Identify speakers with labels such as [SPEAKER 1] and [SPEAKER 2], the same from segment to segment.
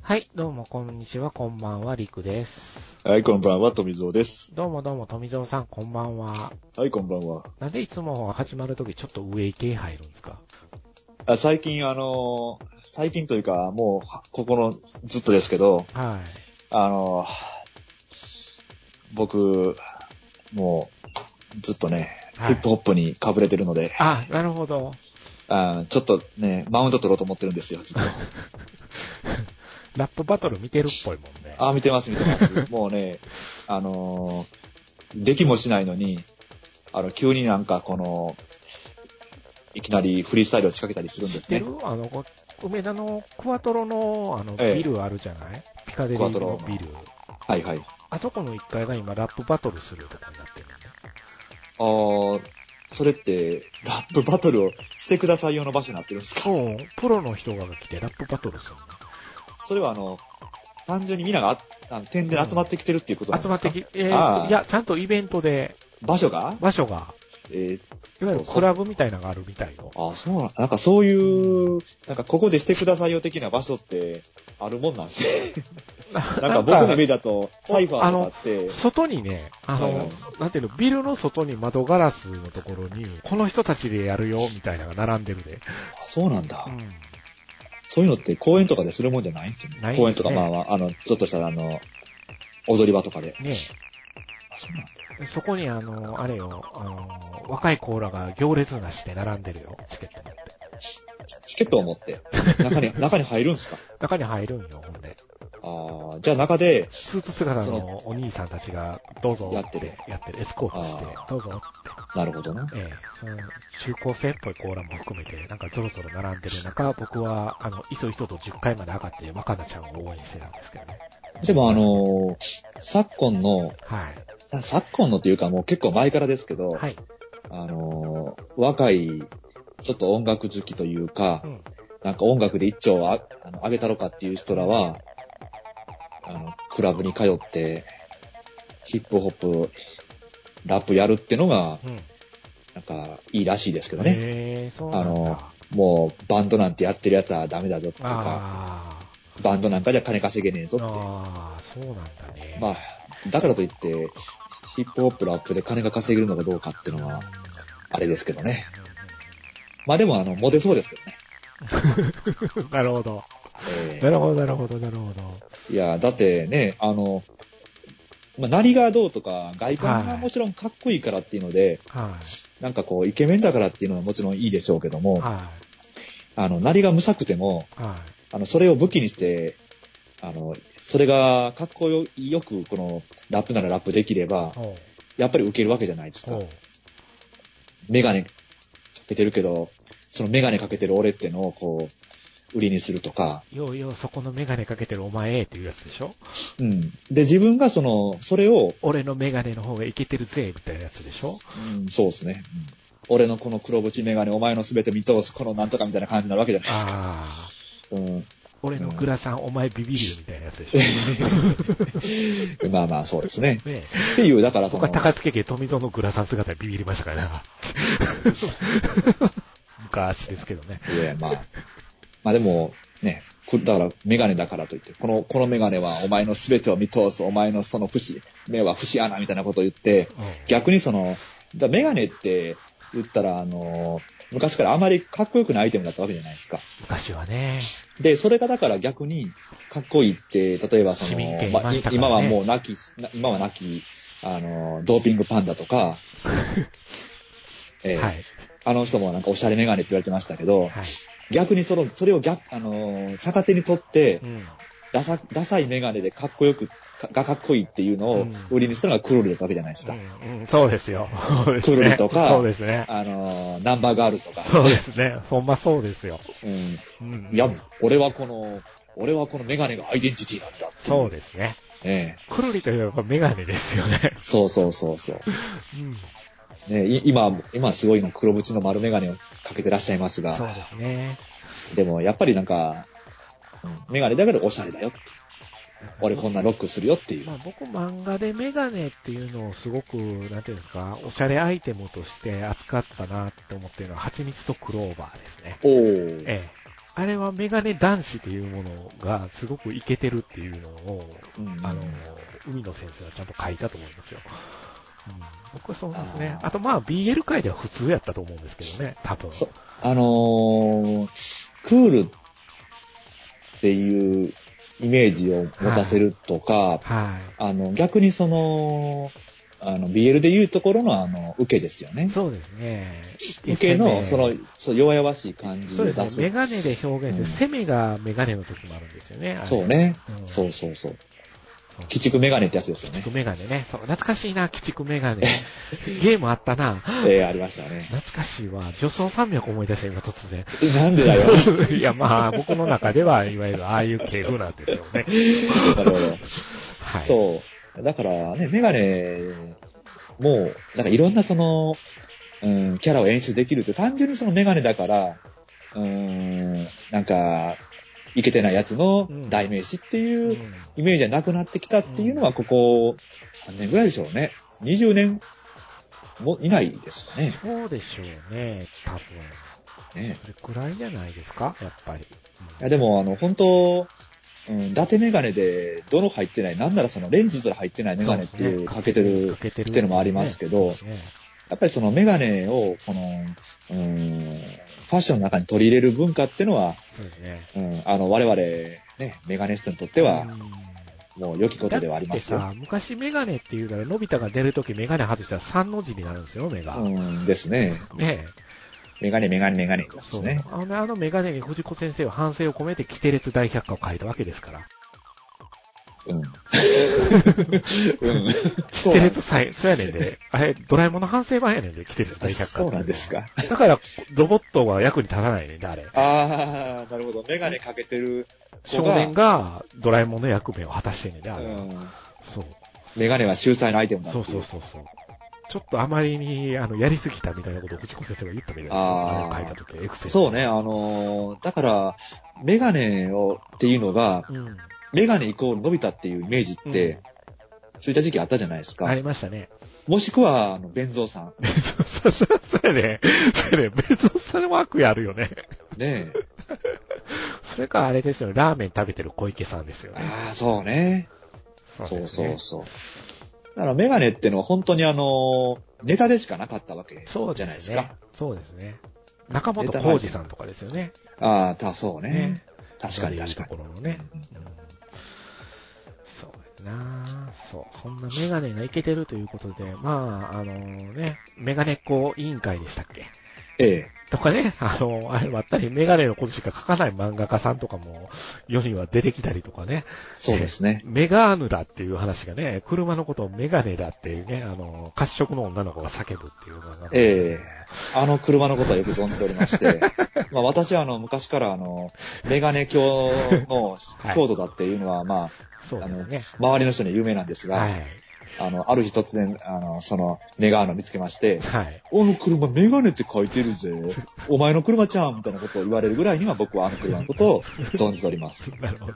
[SPEAKER 1] はい、どうも、こんにちは、こんばんは、りくです。
[SPEAKER 2] はい、こんばんは、富蔵です。
[SPEAKER 1] どうもどうも、富蔵さん、こんばんは。
[SPEAKER 2] はい、こんばんは。
[SPEAKER 1] なんでいつも始まるときちょっと上系入るんですか
[SPEAKER 2] あ最近、あのー最近というか、もうは、ここの、ずっとですけど、
[SPEAKER 1] は
[SPEAKER 2] あのー僕、もう、ずっとね、
[SPEAKER 1] い。は
[SPEAKER 2] ヒ
[SPEAKER 1] い
[SPEAKER 2] ッ。プホップに被れてるので、
[SPEAKER 1] あ、なるほど。
[SPEAKER 2] あーちょっとね、マウント取ろうと思ってるんですよ、ずっと。
[SPEAKER 1] ラップバトル見てるっぽいもんね。
[SPEAKER 2] あー、見てます、見てます。もうね、あのーできもしないのに、あの、急になんか、この、いきなりフリースタイルを仕掛けたりするん
[SPEAKER 1] 知
[SPEAKER 2] で
[SPEAKER 1] っ
[SPEAKER 2] す
[SPEAKER 1] て
[SPEAKER 2] ね
[SPEAKER 1] る。あの、こ梅田のクワトロの、あの、
[SPEAKER 2] ええ
[SPEAKER 1] ビルあるじゃない、ピカデリーのビル。
[SPEAKER 2] はいはい。
[SPEAKER 1] あそこの1階が今、ラップバトルするとこになってるのね。
[SPEAKER 2] あー、それって、ラップバトルをしてください用の場所になってるんで すか
[SPEAKER 1] そう、プロの人が来てラップバトルする
[SPEAKER 2] それはあの、単純に皆がああの点で集まってきてるっていうことな
[SPEAKER 1] の。
[SPEAKER 2] んで
[SPEAKER 1] 集
[SPEAKER 2] す
[SPEAKER 1] ま
[SPEAKER 2] か
[SPEAKER 1] ってき、え
[SPEAKER 2] あ
[SPEAKER 1] ー、
[SPEAKER 2] あ
[SPEAKER 1] いや、ちゃんとイベントで、
[SPEAKER 2] 場所が
[SPEAKER 1] 場所が、
[SPEAKER 2] えー、
[SPEAKER 1] いわゆるクラブみたいなのがあるみたいよ。
[SPEAKER 2] あ、そうなん、なんかそういう、なんかここでしてくださいよ的な場所って、あるもんな んですね。 なんか僕の目だと、サイファーとかあって、
[SPEAKER 1] 外にね、あの、
[SPEAKER 2] はいはい
[SPEAKER 1] なんていうの、ビルの外に窓ガラスのところに、この人たちでやるよ、みたいなのが並んでるで。
[SPEAKER 2] あそうなんだ
[SPEAKER 1] う。ん。
[SPEAKER 2] そういうのって公園とかでするもんじゃないんですよね。
[SPEAKER 1] ないんですね
[SPEAKER 2] 公園とか、まあまあ、あの、ちょっとしたあの、踊り場とかで。
[SPEAKER 1] ね
[SPEAKER 2] あそうなんだ。
[SPEAKER 1] えそこにあの、あれよ、あの、若いコーラが行列なして並んでるよ、チケット持って。
[SPEAKER 2] チケットを持って、中に、中に入るんですか
[SPEAKER 1] 中に入るんよ、ほんで。
[SPEAKER 2] ああ、じゃあ中で、
[SPEAKER 1] スーツ姿
[SPEAKER 2] そ
[SPEAKER 1] のお兄さんたちが、どうぞ
[SPEAKER 2] や
[SPEAKER 1] っ
[SPEAKER 2] ってる
[SPEAKER 1] て、やってる、エスコートして
[SPEAKER 2] あ、
[SPEAKER 1] どうぞ
[SPEAKER 2] なるほどな。
[SPEAKER 1] ええ、その中高生っぽいコーラも含めて、なんかぞろぞろ並んでる中、僕は、あの、いそいそと10階まで上がって、若菜ちゃんを応援してたんですけどね。
[SPEAKER 2] でもあのー昨今の、
[SPEAKER 1] はい。
[SPEAKER 2] あ昨今のっていうかもう結構前からですけど、
[SPEAKER 1] はい。
[SPEAKER 2] あのー若い、ちょっと音楽好きというか
[SPEAKER 1] う、ん。
[SPEAKER 2] なんか音楽で一丁ああの上げたろかっていう人らは、あの、クラブに通って、ヒップホップ、ラップやるってのが、
[SPEAKER 1] うん。
[SPEAKER 2] なんか、いいらしいですけどね。
[SPEAKER 1] ええそうな
[SPEAKER 2] あ
[SPEAKER 1] ん
[SPEAKER 2] の
[SPEAKER 1] だ。、
[SPEAKER 2] もう、バンドなんてやってるやつはダメだぞとか、
[SPEAKER 1] あ
[SPEAKER 2] バンドなんかじゃ金稼げねえぞ
[SPEAKER 1] ー
[SPEAKER 2] って。
[SPEAKER 1] あー、そうなんだね。
[SPEAKER 2] まあ、だからといって、ヒップホップラップで金が稼げるのかどうかっていうのは、あれですけどね。まあでも、あの、モテそうですけどね。
[SPEAKER 1] うん。 なるほど。
[SPEAKER 2] え
[SPEAKER 1] なるほど、なるほど、なるほど。
[SPEAKER 2] ーいや、だってね、あの、まあ、なりがどうとか、外観
[SPEAKER 1] は
[SPEAKER 2] が
[SPEAKER 1] い
[SPEAKER 2] もちろんかっこいいからっていうので、
[SPEAKER 1] は
[SPEAKER 2] なんかこう、イケメンだからっていうのはもちろんいいでしょうけど
[SPEAKER 1] い。
[SPEAKER 2] も、
[SPEAKER 1] は
[SPEAKER 2] あの、なりがむさくても、
[SPEAKER 1] い。はい。
[SPEAKER 2] あの、それを武器にして、あの、それがかっこよよく、この、ラップならラップできれば、
[SPEAKER 1] ほう。
[SPEAKER 2] やっぱり受けるわけじゃないですか
[SPEAKER 1] ほ。う。
[SPEAKER 2] メガネかけてるけど、そのメガネかけてる俺ってのをこう、売りにするとか、
[SPEAKER 1] ようよう、そこのメガネかけてるお前っていうやつでしょ
[SPEAKER 2] うん。で、自分がその、それを、
[SPEAKER 1] 俺のメガネの方がイケてるぜ、みたいなやつでしょ
[SPEAKER 2] うん、そうですね、うん俺のこの黒縁メガネ、お前の全て見通す、このなんとかみたいな感じになるわけじゃないですか。
[SPEAKER 1] あ
[SPEAKER 2] う
[SPEAKER 1] あ、俺のグラさん、お前ビビるよみたいなやつでしょ。ね
[SPEAKER 2] ん。まあまあ、そうですね。
[SPEAKER 1] え。
[SPEAKER 2] っていう、だからそ
[SPEAKER 1] 僕は
[SPEAKER 2] の、
[SPEAKER 1] 高槻家富蔵のグラさん姿でビビりましたから な。昔ですけどね。
[SPEAKER 2] いや、まあ、まあでも、ね、くだから、メガネだからといって、この、このメガネはお前の全てを見通す、お前のその節、目は節穴みたいなことを言って、逆にその、だメガネって言ったら、あの、昔からあまりかっこよくないアイテムだったわけじゃないですか。
[SPEAKER 1] 昔はね。
[SPEAKER 2] で、それがだから逆にかっこいいって、例えばそ
[SPEAKER 1] 市
[SPEAKER 2] の、
[SPEAKER 1] 民権
[SPEAKER 2] ま
[SPEAKER 1] いま
[SPEAKER 2] あ、い
[SPEAKER 1] したからね
[SPEAKER 2] 今はもうなき、な今はなき、あの、ドーピングパンダ とか、えー
[SPEAKER 1] はい。
[SPEAKER 2] あの人もなんかおしゃれメガネって言われてましたけど、
[SPEAKER 1] はい。
[SPEAKER 2] 逆にその、それを逆、あのー逆手にとって
[SPEAKER 1] う、ん。
[SPEAKER 2] ダサ、ダサいメガネでかっこよく、かがかっこいいっていうの
[SPEAKER 1] う
[SPEAKER 2] を
[SPEAKER 1] ん
[SPEAKER 2] 売りにしたのがクロールだったわけじゃないですか。
[SPEAKER 1] うんうんそうですよ。そうですね
[SPEAKER 2] くるりとか
[SPEAKER 1] そうですね。
[SPEAKER 2] あのーナンバーガールズとか、
[SPEAKER 1] そうですね。ほんまそうですよ。
[SPEAKER 2] うん。
[SPEAKER 1] うん
[SPEAKER 2] いや、俺はこの、俺はこのメガネがアイデンティティなんだっていう。
[SPEAKER 1] そうですね。
[SPEAKER 2] ええ
[SPEAKER 1] くるりといえばメガネですよね。
[SPEAKER 2] そうそうそうそう。
[SPEAKER 1] うん。
[SPEAKER 2] ね、い今、今すごいの黒縁の丸メガネをかけてらっしゃいます
[SPEAKER 1] そう
[SPEAKER 2] が、
[SPEAKER 1] ですね。
[SPEAKER 2] でもやっぱりなんか、うんメガネだけどおしゃれだよって。俺こんなロックするよっていう。
[SPEAKER 1] まあ、僕、漫画でメガネっていうのをすごく、なんていうんですか、おしゃれアイテムとして扱ったなって思ってるのは、蜂蜜とクローバーですね。
[SPEAKER 2] おー。
[SPEAKER 1] えあれはメガネ男子というものがすごくイケてるっていうのを、
[SPEAKER 2] うん
[SPEAKER 1] あの、海野先生はちゃんと書いたと思いますよ。うん、僕はそうですね。
[SPEAKER 2] あー
[SPEAKER 1] あとまあ BL 界では普通やったと思うんですけどね、多分。
[SPEAKER 2] そあのークールっていうイメージを持たせるとか、
[SPEAKER 1] は
[SPEAKER 2] あの、逆にその、あの、BL でいうところの、あの、受けですよね
[SPEAKER 1] い。。そうですね。
[SPEAKER 2] 受けの、その
[SPEAKER 1] 攻め、
[SPEAKER 2] そう、弱々しい感じ
[SPEAKER 1] そう
[SPEAKER 2] で
[SPEAKER 1] で
[SPEAKER 2] 出
[SPEAKER 1] すね。メ
[SPEAKER 2] す。
[SPEAKER 1] ガネで表現して、
[SPEAKER 2] うん
[SPEAKER 1] 攻めがメガネの時もあるんですよね。あれ
[SPEAKER 2] そう。ね
[SPEAKER 1] う。ん
[SPEAKER 2] そうそうそう。
[SPEAKER 1] そう
[SPEAKER 2] 鬼畜メガネってやつですよ
[SPEAKER 1] 鬼
[SPEAKER 2] ね
[SPEAKER 1] 畜。メガネね。そう、懐かしいな、鬼畜メガネ。ゲームあったな。
[SPEAKER 2] ええ、ありましたね。
[SPEAKER 1] 懐かしいわ。女装山脈思い出した、今突然。
[SPEAKER 2] なんでだよ。
[SPEAKER 1] いや、まあ、僕の中では、いわゆるああいう系風なんですよね。
[SPEAKER 2] なるほど。
[SPEAKER 1] はい。う。
[SPEAKER 2] そう。だからね、メガネ、もう、なんかいろんなその、うん、キャラを演出できるって、単純にそのメガネだから、うん、なんか、いけてないやつの代名詞っていう、
[SPEAKER 1] ん、
[SPEAKER 2] イメージはなくなってきたっていうのは、ここ、何年ぐらいでしょうね。20年もいないですかね。
[SPEAKER 1] そうでしょうね、多分。
[SPEAKER 2] ね
[SPEAKER 1] それくらいじゃないですか、やっぱり。
[SPEAKER 2] いやでも、あの、本当、うん、伊達メガネで、泥入ってない、なんならそのレンズすら入ってないメガネっていう、かけてる、
[SPEAKER 1] けて
[SPEAKER 2] っていうのもありますけど
[SPEAKER 1] ねそうですね
[SPEAKER 2] やっぱりそのメガネを、この、うん、ファッションの中に取り入れる文化っていうのは、
[SPEAKER 1] そうですね。
[SPEAKER 2] うん、あの、我々、ね、メガネストにとって
[SPEAKER 1] で
[SPEAKER 2] は、もう良きことではあります
[SPEAKER 1] だっ
[SPEAKER 2] よ。
[SPEAKER 1] てさ、昔メガネって言うたら、のび太が出るときメガネ外したら3の字になるんですよ、目が。
[SPEAKER 2] うん、ですね。
[SPEAKER 1] ね
[SPEAKER 2] メガネ、メガネ、メガネで
[SPEAKER 1] え。
[SPEAKER 2] す
[SPEAKER 1] そう。
[SPEAKER 2] ね。
[SPEAKER 1] あのあのメガネに藤子先生は反省を込めて、キテレツ大百科を書いたわけですから。
[SPEAKER 2] うん。 うん。
[SPEAKER 1] キテレツさえ、そうやねんで。あれ、ドラえもんの反省版やねんで、キテレツ大百科。
[SPEAKER 2] そうなんです。か。
[SPEAKER 1] だから、ロボットは役に立たないねんで、あれ。
[SPEAKER 2] ああ、なるほど。メガネかけてる
[SPEAKER 1] 少年がドラえもんの役目を果たしてんねんで、あれは。
[SPEAKER 2] うん
[SPEAKER 1] そう。
[SPEAKER 2] メガネは秀才のアイテムだって
[SPEAKER 1] そ
[SPEAKER 2] いう
[SPEAKER 1] そうそうそう。ちょっとあまりに、あの、やりすぎたみたいなことを藤子先生が言ったみたいですよ。
[SPEAKER 2] あ
[SPEAKER 1] あ
[SPEAKER 2] ー
[SPEAKER 1] れを書いたとき、エクセル。
[SPEAKER 2] そうね、。あのーだから、メガネをっていうのが、
[SPEAKER 1] うん。
[SPEAKER 2] メガネイコール伸びたっていうイメージって、ついた時期あったじゃないですか。
[SPEAKER 1] ありましたね。
[SPEAKER 2] もしくは、あの、弁蔵さん。
[SPEAKER 1] そうそうそうやね。そうやね。別のさんも悪意あるよね。
[SPEAKER 2] ねえ。
[SPEAKER 1] それかあれですよね。ラーメン食べてる小池さんですよね。
[SPEAKER 2] ああ、そうね。
[SPEAKER 1] う
[SPEAKER 2] そう
[SPEAKER 1] です
[SPEAKER 2] そ
[SPEAKER 1] ね
[SPEAKER 2] うそう。だからメガネってのは本当にあのーネタでしかなかったわけじゃ
[SPEAKER 1] そ
[SPEAKER 2] ないう
[SPEAKER 1] で
[SPEAKER 2] ですすか。
[SPEAKER 1] ね。そうですね。中本浩二さんとかですよね。
[SPEAKER 2] ああ、たそうね
[SPEAKER 1] ね。
[SPEAKER 2] 確かに確か
[SPEAKER 1] と
[SPEAKER 2] に。
[SPEAKER 1] ころのね。うんそうやなそう。そんなメガネがいけてるということで、まあ、あのね、メガネっ子委員会でしたっけ
[SPEAKER 2] ええ。
[SPEAKER 1] とかね、あのあれもあったり、メガネのことしか書かない漫画家さんとかも、世には出てきたりとかね、
[SPEAKER 2] そうですね。
[SPEAKER 1] メガーヌだっていう話がね、車のことをメガネだっていうね、あの、褐色の女の子が叫ぶっていう漫画なんですよ
[SPEAKER 2] えあの車のことはよく存じており まして、まあ私はあの昔からあの、メガネ教の
[SPEAKER 1] い
[SPEAKER 2] 強度だっていうのはまあ、
[SPEAKER 1] そう
[SPEAKER 2] あ
[SPEAKER 1] で
[SPEAKER 2] の
[SPEAKER 1] すね。、
[SPEAKER 2] 周りの人には有名なんですが、
[SPEAKER 1] はい。
[SPEAKER 2] あの、ある日突然、あの、その、メガーの見つけまして、
[SPEAKER 1] はい。
[SPEAKER 2] あの車メガネって書いてるぜ。お前の車ちゃんみたいなことを言われるぐらいには僕はあの車のことを存じております。
[SPEAKER 1] なる ほど。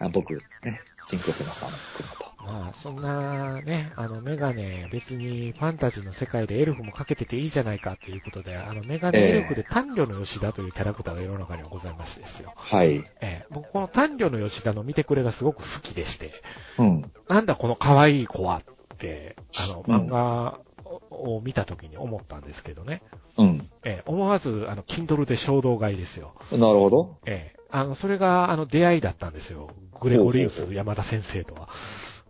[SPEAKER 2] あ僕、ね、シンクロペナさんの車と。
[SPEAKER 1] まあ、そんなね、あの、メガネ、別にファンタジーの世界でエルフもかけてていいじゃないかということで、あの、メガネエルフで丹慮の吉田というキャラクターが世の中にはございましてですよ。
[SPEAKER 2] はい。
[SPEAKER 1] ええ、僕この丹慮の吉田の見てくれがすごく好きでして、
[SPEAKER 2] うん。
[SPEAKER 1] なんだこの可愛い子はって、あの、
[SPEAKER 2] う
[SPEAKER 1] 漫
[SPEAKER 2] ん
[SPEAKER 1] 画を見た時に思ったんですけどね。
[SPEAKER 2] うん。
[SPEAKER 1] ええ、思わず、あの、Kindle で衝動買いですよ。
[SPEAKER 2] なるほど。
[SPEAKER 1] ええ、あの、それが、あの、出会いだったんですよ。グレゴリウス山田先生とは。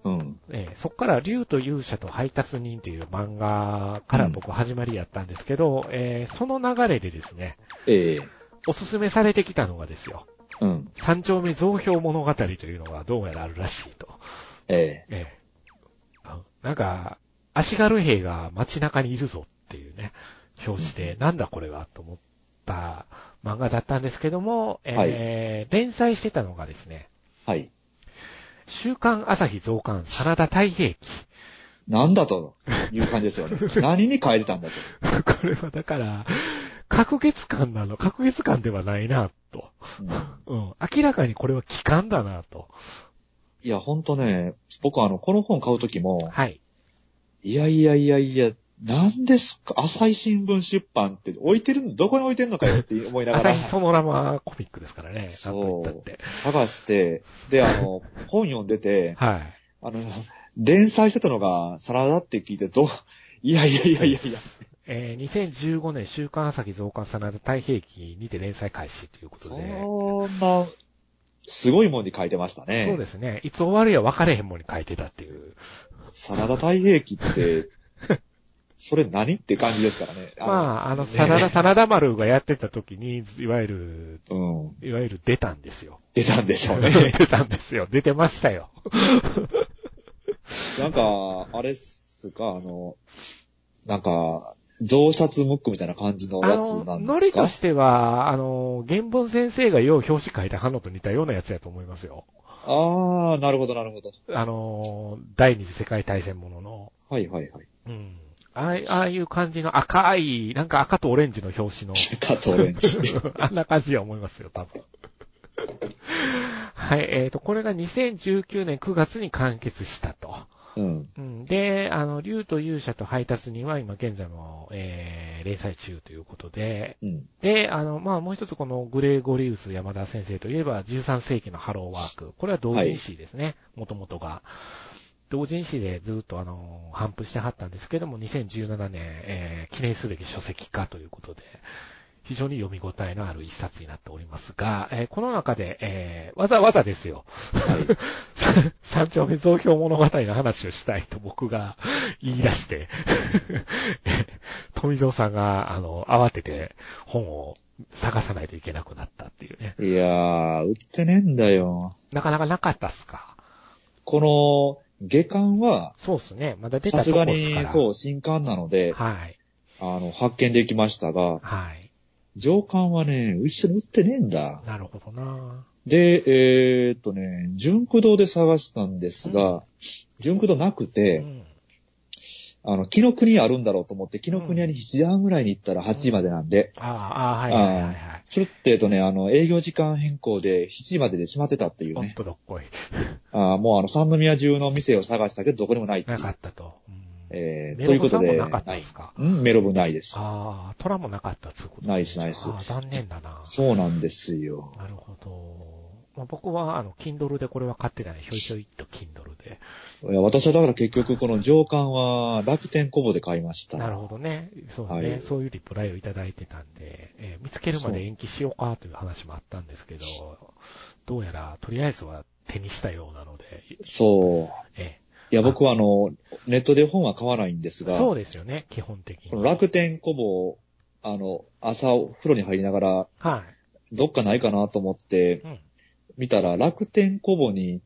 [SPEAKER 2] うん。
[SPEAKER 1] ええそこから、竜と勇者と配達人という漫画から僕始まりやったんですけど、えーその流れでですね、
[SPEAKER 2] ええ
[SPEAKER 1] おすすめされてきたのがですよ、
[SPEAKER 2] うん。
[SPEAKER 1] 三丁目増票物語というのがどうやらあるらしいと。
[SPEAKER 2] ええ
[SPEAKER 1] ええあなんか、足軽兵が街中にいるぞっていうね、表紙で、なんだこれはと思った漫画だったんですけども、えー連載してたのがですね、
[SPEAKER 2] はい。
[SPEAKER 1] 週刊朝日増刊、真田太平記。
[SPEAKER 2] なんだという感じですよね。何に変えてたんだと。
[SPEAKER 1] これはだから、隔月間なの、隔月間ではないな、と。
[SPEAKER 2] うん
[SPEAKER 1] うん。明らかにこれは期間だな、と。
[SPEAKER 2] いや、ほんとね、僕はあの、この本買うときも、
[SPEAKER 1] はい。
[SPEAKER 2] いやいやいやいや、なんですか、朝日新聞出版って置いてるの、どこに置いてるのかよって思いなが
[SPEAKER 1] 朝
[SPEAKER 2] ら、
[SPEAKER 1] 日ソノラマコミックですからね。なんと言ったっ
[SPEAKER 2] そ
[SPEAKER 1] て。
[SPEAKER 2] う、探して、で、あの、本読んでて、
[SPEAKER 1] はい。
[SPEAKER 2] あの、連載してたのがサラダって聞いて、どう、いやいやいやいやいや、
[SPEAKER 1] えー2015年週刊朝日増刊サナダ太平記にて連載開始ということで。
[SPEAKER 2] そんな、すごいもんに書いてましたね。
[SPEAKER 1] そうですね。いつ終わるや分かれへんもんに書いてたっていう。
[SPEAKER 2] サラダ太平記って、それ何って感じですからね。
[SPEAKER 1] まあ、あの、
[SPEAKER 2] ね
[SPEAKER 1] サナダ、サナダ丸がやってた時に、いわゆ
[SPEAKER 2] うん。
[SPEAKER 1] る、いわゆる出たんですよ。
[SPEAKER 2] 出たんでしょうね。
[SPEAKER 1] 出たんですよ。出てましたよ。
[SPEAKER 2] なんか、あれっすか、あの、なんか、増刷ムックみたいな感じの
[SPEAKER 1] あ
[SPEAKER 2] やつ
[SPEAKER 1] の、
[SPEAKER 2] なん
[SPEAKER 1] ノ
[SPEAKER 2] です
[SPEAKER 1] リ
[SPEAKER 2] か
[SPEAKER 1] としては、あの、原本先生がよう表紙書いた反応と似たようなやつやと思いますよ。
[SPEAKER 2] ああ、なるほど、なるほど。
[SPEAKER 1] あの、第二次世界大戦ものの。
[SPEAKER 2] はいはいはい。
[SPEAKER 1] うん。ああああいう感じの赤い、なんか赤とオレンジの表紙の。
[SPEAKER 2] 加藤レン チ。
[SPEAKER 1] あんな感じは思いますよ、多分。はい、えっ、と、これが2019年9月に完結したと。
[SPEAKER 2] うん。
[SPEAKER 1] うん、で、あの、竜と勇者と配達人は今現在も、えー、連載中ということで、
[SPEAKER 2] うん。
[SPEAKER 1] で、あの、まあ、もう一つこのグレーゴリウス山田先生といえば13世紀のハローワーク。これは同人誌ですね、もともとが。同人誌でずっとあの、反布してはったんですけども、2017年、えー記念すべき書籍化ということで、非常に読み応えのある一冊になっておりますが、えーこの中で、えーわざわざですよ、 三丁目増票物語の話をしたいと僕が言い出して、富蔵さんが、あの、慌てて本を探さないといけなくなったっていうね。
[SPEAKER 2] いやー、売ってねえんだよ。
[SPEAKER 1] なかなかなかったっすか。
[SPEAKER 2] この、下巻は、
[SPEAKER 1] そうっすね。まだ出
[SPEAKER 2] さ
[SPEAKER 1] た
[SPEAKER 2] す
[SPEAKER 1] とこ
[SPEAKER 2] が
[SPEAKER 1] っすか
[SPEAKER 2] に、
[SPEAKER 1] ら。
[SPEAKER 2] そう、新刊なので、
[SPEAKER 1] はい。
[SPEAKER 2] あの、発見できましたが、
[SPEAKER 1] はい。
[SPEAKER 2] 上巻はね、一緒に売ってねえんだ。
[SPEAKER 1] なるほどな
[SPEAKER 2] で、えーっとね、純駆堂で探したんですが、純駆堂なく
[SPEAKER 1] う
[SPEAKER 2] て、
[SPEAKER 1] ん。
[SPEAKER 2] あの、木の国あるんだろうと思って、木の国屋に7時半ぐらいに行ったら8時までなんで、
[SPEAKER 1] ああ、ああ、はいはいはいはい。
[SPEAKER 2] それってえとね、あの、営業時間変更で7時までで閉まってたっていう
[SPEAKER 1] おっ
[SPEAKER 2] ね。
[SPEAKER 1] とどっこい。
[SPEAKER 2] あーもうあの、三宮中の店を探したけど、どこにもないってい
[SPEAKER 1] な
[SPEAKER 2] う
[SPEAKER 1] かったと。うん
[SPEAKER 2] えー、
[SPEAKER 1] メ
[SPEAKER 2] とい
[SPEAKER 1] ロ
[SPEAKER 2] うこ
[SPEAKER 1] ブさ
[SPEAKER 2] と
[SPEAKER 1] んも
[SPEAKER 2] で、
[SPEAKER 1] なかったっすか。
[SPEAKER 2] ないうん、メロブないです。
[SPEAKER 1] ああ、トラもなかったっつうこと
[SPEAKER 2] ないですないです
[SPEAKER 1] ああ、残念だな
[SPEAKER 2] そうなんですよ。
[SPEAKER 1] なるほど。まあ、僕は、あの、Kindle でこれは買ってたね。ひょいひょいっと Kindle で。
[SPEAKER 2] いや私はだから結局この上巻は楽天コボで買いました。
[SPEAKER 1] なるほどね。そうね、
[SPEAKER 2] はい
[SPEAKER 1] そういうリプライをいただいてたんで、えー見つけるまで延期しようかという話もあったんですけど、どうやら、とりあえずは手にしたようなので、
[SPEAKER 2] そう。
[SPEAKER 1] え
[SPEAKER 2] いや、僕はあの、ネットで本は買わないんです
[SPEAKER 1] ー
[SPEAKER 2] が、
[SPEAKER 1] そうですよね、基本的に。
[SPEAKER 2] この楽天コボを、あの、朝お風呂に入りながら、
[SPEAKER 1] は
[SPEAKER 2] どっかないかなと思って
[SPEAKER 1] い。うん。
[SPEAKER 2] 見たら、楽天コボに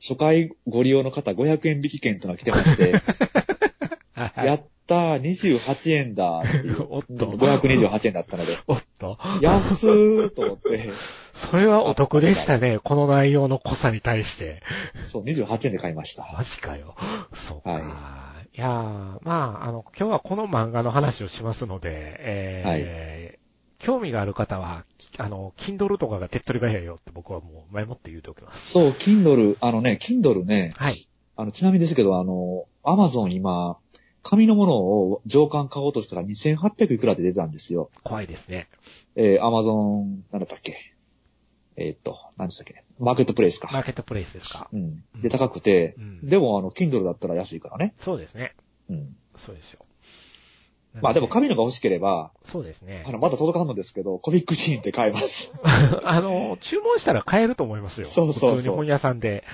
[SPEAKER 2] 初回ご利用の方500円引き券というのが来てま して、
[SPEAKER 1] はいはい。
[SPEAKER 2] やったー、28円だっていう
[SPEAKER 1] おっと
[SPEAKER 2] 528円だったので、
[SPEAKER 1] おっと、
[SPEAKER 2] 安ーと思って、
[SPEAKER 1] それはお得でしたね。この内容の濃さに対して。
[SPEAKER 2] そう、28円で買いました。
[SPEAKER 1] マジか よ。そうか。
[SPEAKER 2] はい
[SPEAKER 1] い、やー、まあ、あの、今日はこの漫画の話をしますので、えー興味がある方は、あの、Kindle とかが手っ取り早いよって僕はもう前もって言うておきます。
[SPEAKER 2] そう、Kindle、あのね、Kindle ね、
[SPEAKER 1] はい。
[SPEAKER 2] あの、ちなみにですけど、あの、Amazon 今、紙のものを上巻買おうとしたら2800いくらで出たんですよ。
[SPEAKER 1] 怖いですね。
[SPEAKER 2] えー、Amazon、なんだったっけえーっと、何でしたっけマーケットプレイス
[SPEAKER 1] マ
[SPEAKER 2] か。
[SPEAKER 1] ーケットプレイスですか。
[SPEAKER 2] うん。で、高くて
[SPEAKER 1] う、ん。
[SPEAKER 2] でも、あの、Kindle だったら安いからね。
[SPEAKER 1] そうですね。
[SPEAKER 2] うん。
[SPEAKER 1] そうですよ。
[SPEAKER 2] まあで
[SPEAKER 1] な
[SPEAKER 2] も
[SPEAKER 1] んね
[SPEAKER 2] 紙のが欲しければ、
[SPEAKER 1] そうですね
[SPEAKER 2] あ。の、まだ届かんのですけど、コミックシーンって買えます。
[SPEAKER 1] あの、注文したら買えると思いますよ。
[SPEAKER 2] そうそうそう
[SPEAKER 1] 普通に本屋さんで。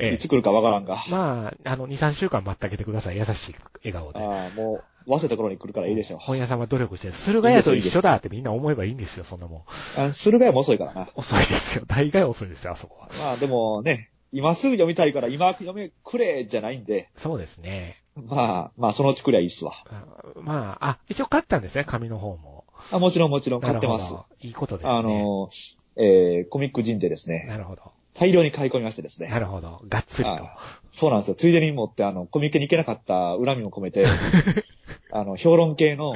[SPEAKER 1] え
[SPEAKER 2] い
[SPEAKER 1] ー
[SPEAKER 2] つ来るかわからんが。
[SPEAKER 1] まあ、あの、2、3週間待ってあげてください。優しい笑顔で。
[SPEAKER 2] ああ、もう、忘れた頃に来るからいいでしょ
[SPEAKER 1] 本屋さんは努力してる。駿河屋と一緒だってみんな思えばいいんですよ、そんなもん。
[SPEAKER 2] う。あ駿河屋も 遅いからな。
[SPEAKER 1] 遅いですよ。大概遅いですよ、あそこは。
[SPEAKER 2] まあでもね、今すぐ読みたいから今読めくれじゃないんで、
[SPEAKER 1] そうですね。
[SPEAKER 2] まあ、まあそのうちくりゃいいっすわ。
[SPEAKER 1] あまあ、あ、一応買ったんですね、紙の方も。
[SPEAKER 2] あもちろんもちろん買ってます。
[SPEAKER 1] なるほどいいことですね。
[SPEAKER 2] あの、えー、コミック人でですね、
[SPEAKER 1] なるほど。
[SPEAKER 2] 大量に買い込みましてです
[SPEAKER 1] な
[SPEAKER 2] ね。
[SPEAKER 1] るほど。がっつりと。
[SPEAKER 2] そうなんですよ。ついでに持って、あの、コミケに行けなかった恨みも込めて、あの、評論系の、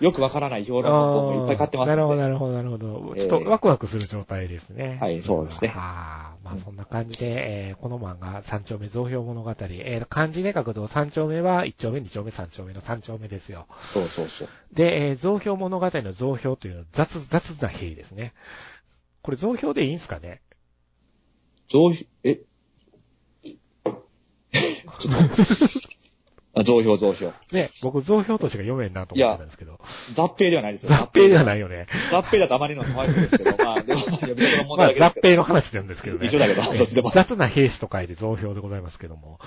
[SPEAKER 2] よくわからない評論の本もいっぱい買ってます
[SPEAKER 1] あー
[SPEAKER 2] ん
[SPEAKER 1] な
[SPEAKER 2] で。
[SPEAKER 1] るほど、なるほど、なるほど。
[SPEAKER 2] え
[SPEAKER 1] ちょ
[SPEAKER 2] ー
[SPEAKER 1] っとワクワクする状態ですね。
[SPEAKER 2] はいそうですね
[SPEAKER 1] ああ、まあそんな感じで、えーこの漫画、三丁目増票物語。えー漢字で書くと三丁目は一丁目、二丁目、三丁目の三丁目ですよ。
[SPEAKER 2] そうそうそう。
[SPEAKER 1] で、えー増票物語の増票というのは雑、雑な兵ですね。これ増票でいいんすかね
[SPEAKER 2] 増票、え ちょっと待って。あ増票、増票。
[SPEAKER 1] ね、僕増票としか読めんなと思ってたんですけど。
[SPEAKER 2] 雑兵ではないですよ。
[SPEAKER 1] 雑兵ではないよね。
[SPEAKER 2] 雑兵だとあまりのかわいそうですけど、まあ、でも、呼び方の問
[SPEAKER 1] まあ
[SPEAKER 2] 題だけで
[SPEAKER 1] 雑
[SPEAKER 2] すけど。
[SPEAKER 1] 兵の話なんですけどね。
[SPEAKER 2] 一緒だけど、どっちでも。
[SPEAKER 1] 雑な兵士と書いて増票でございますけども、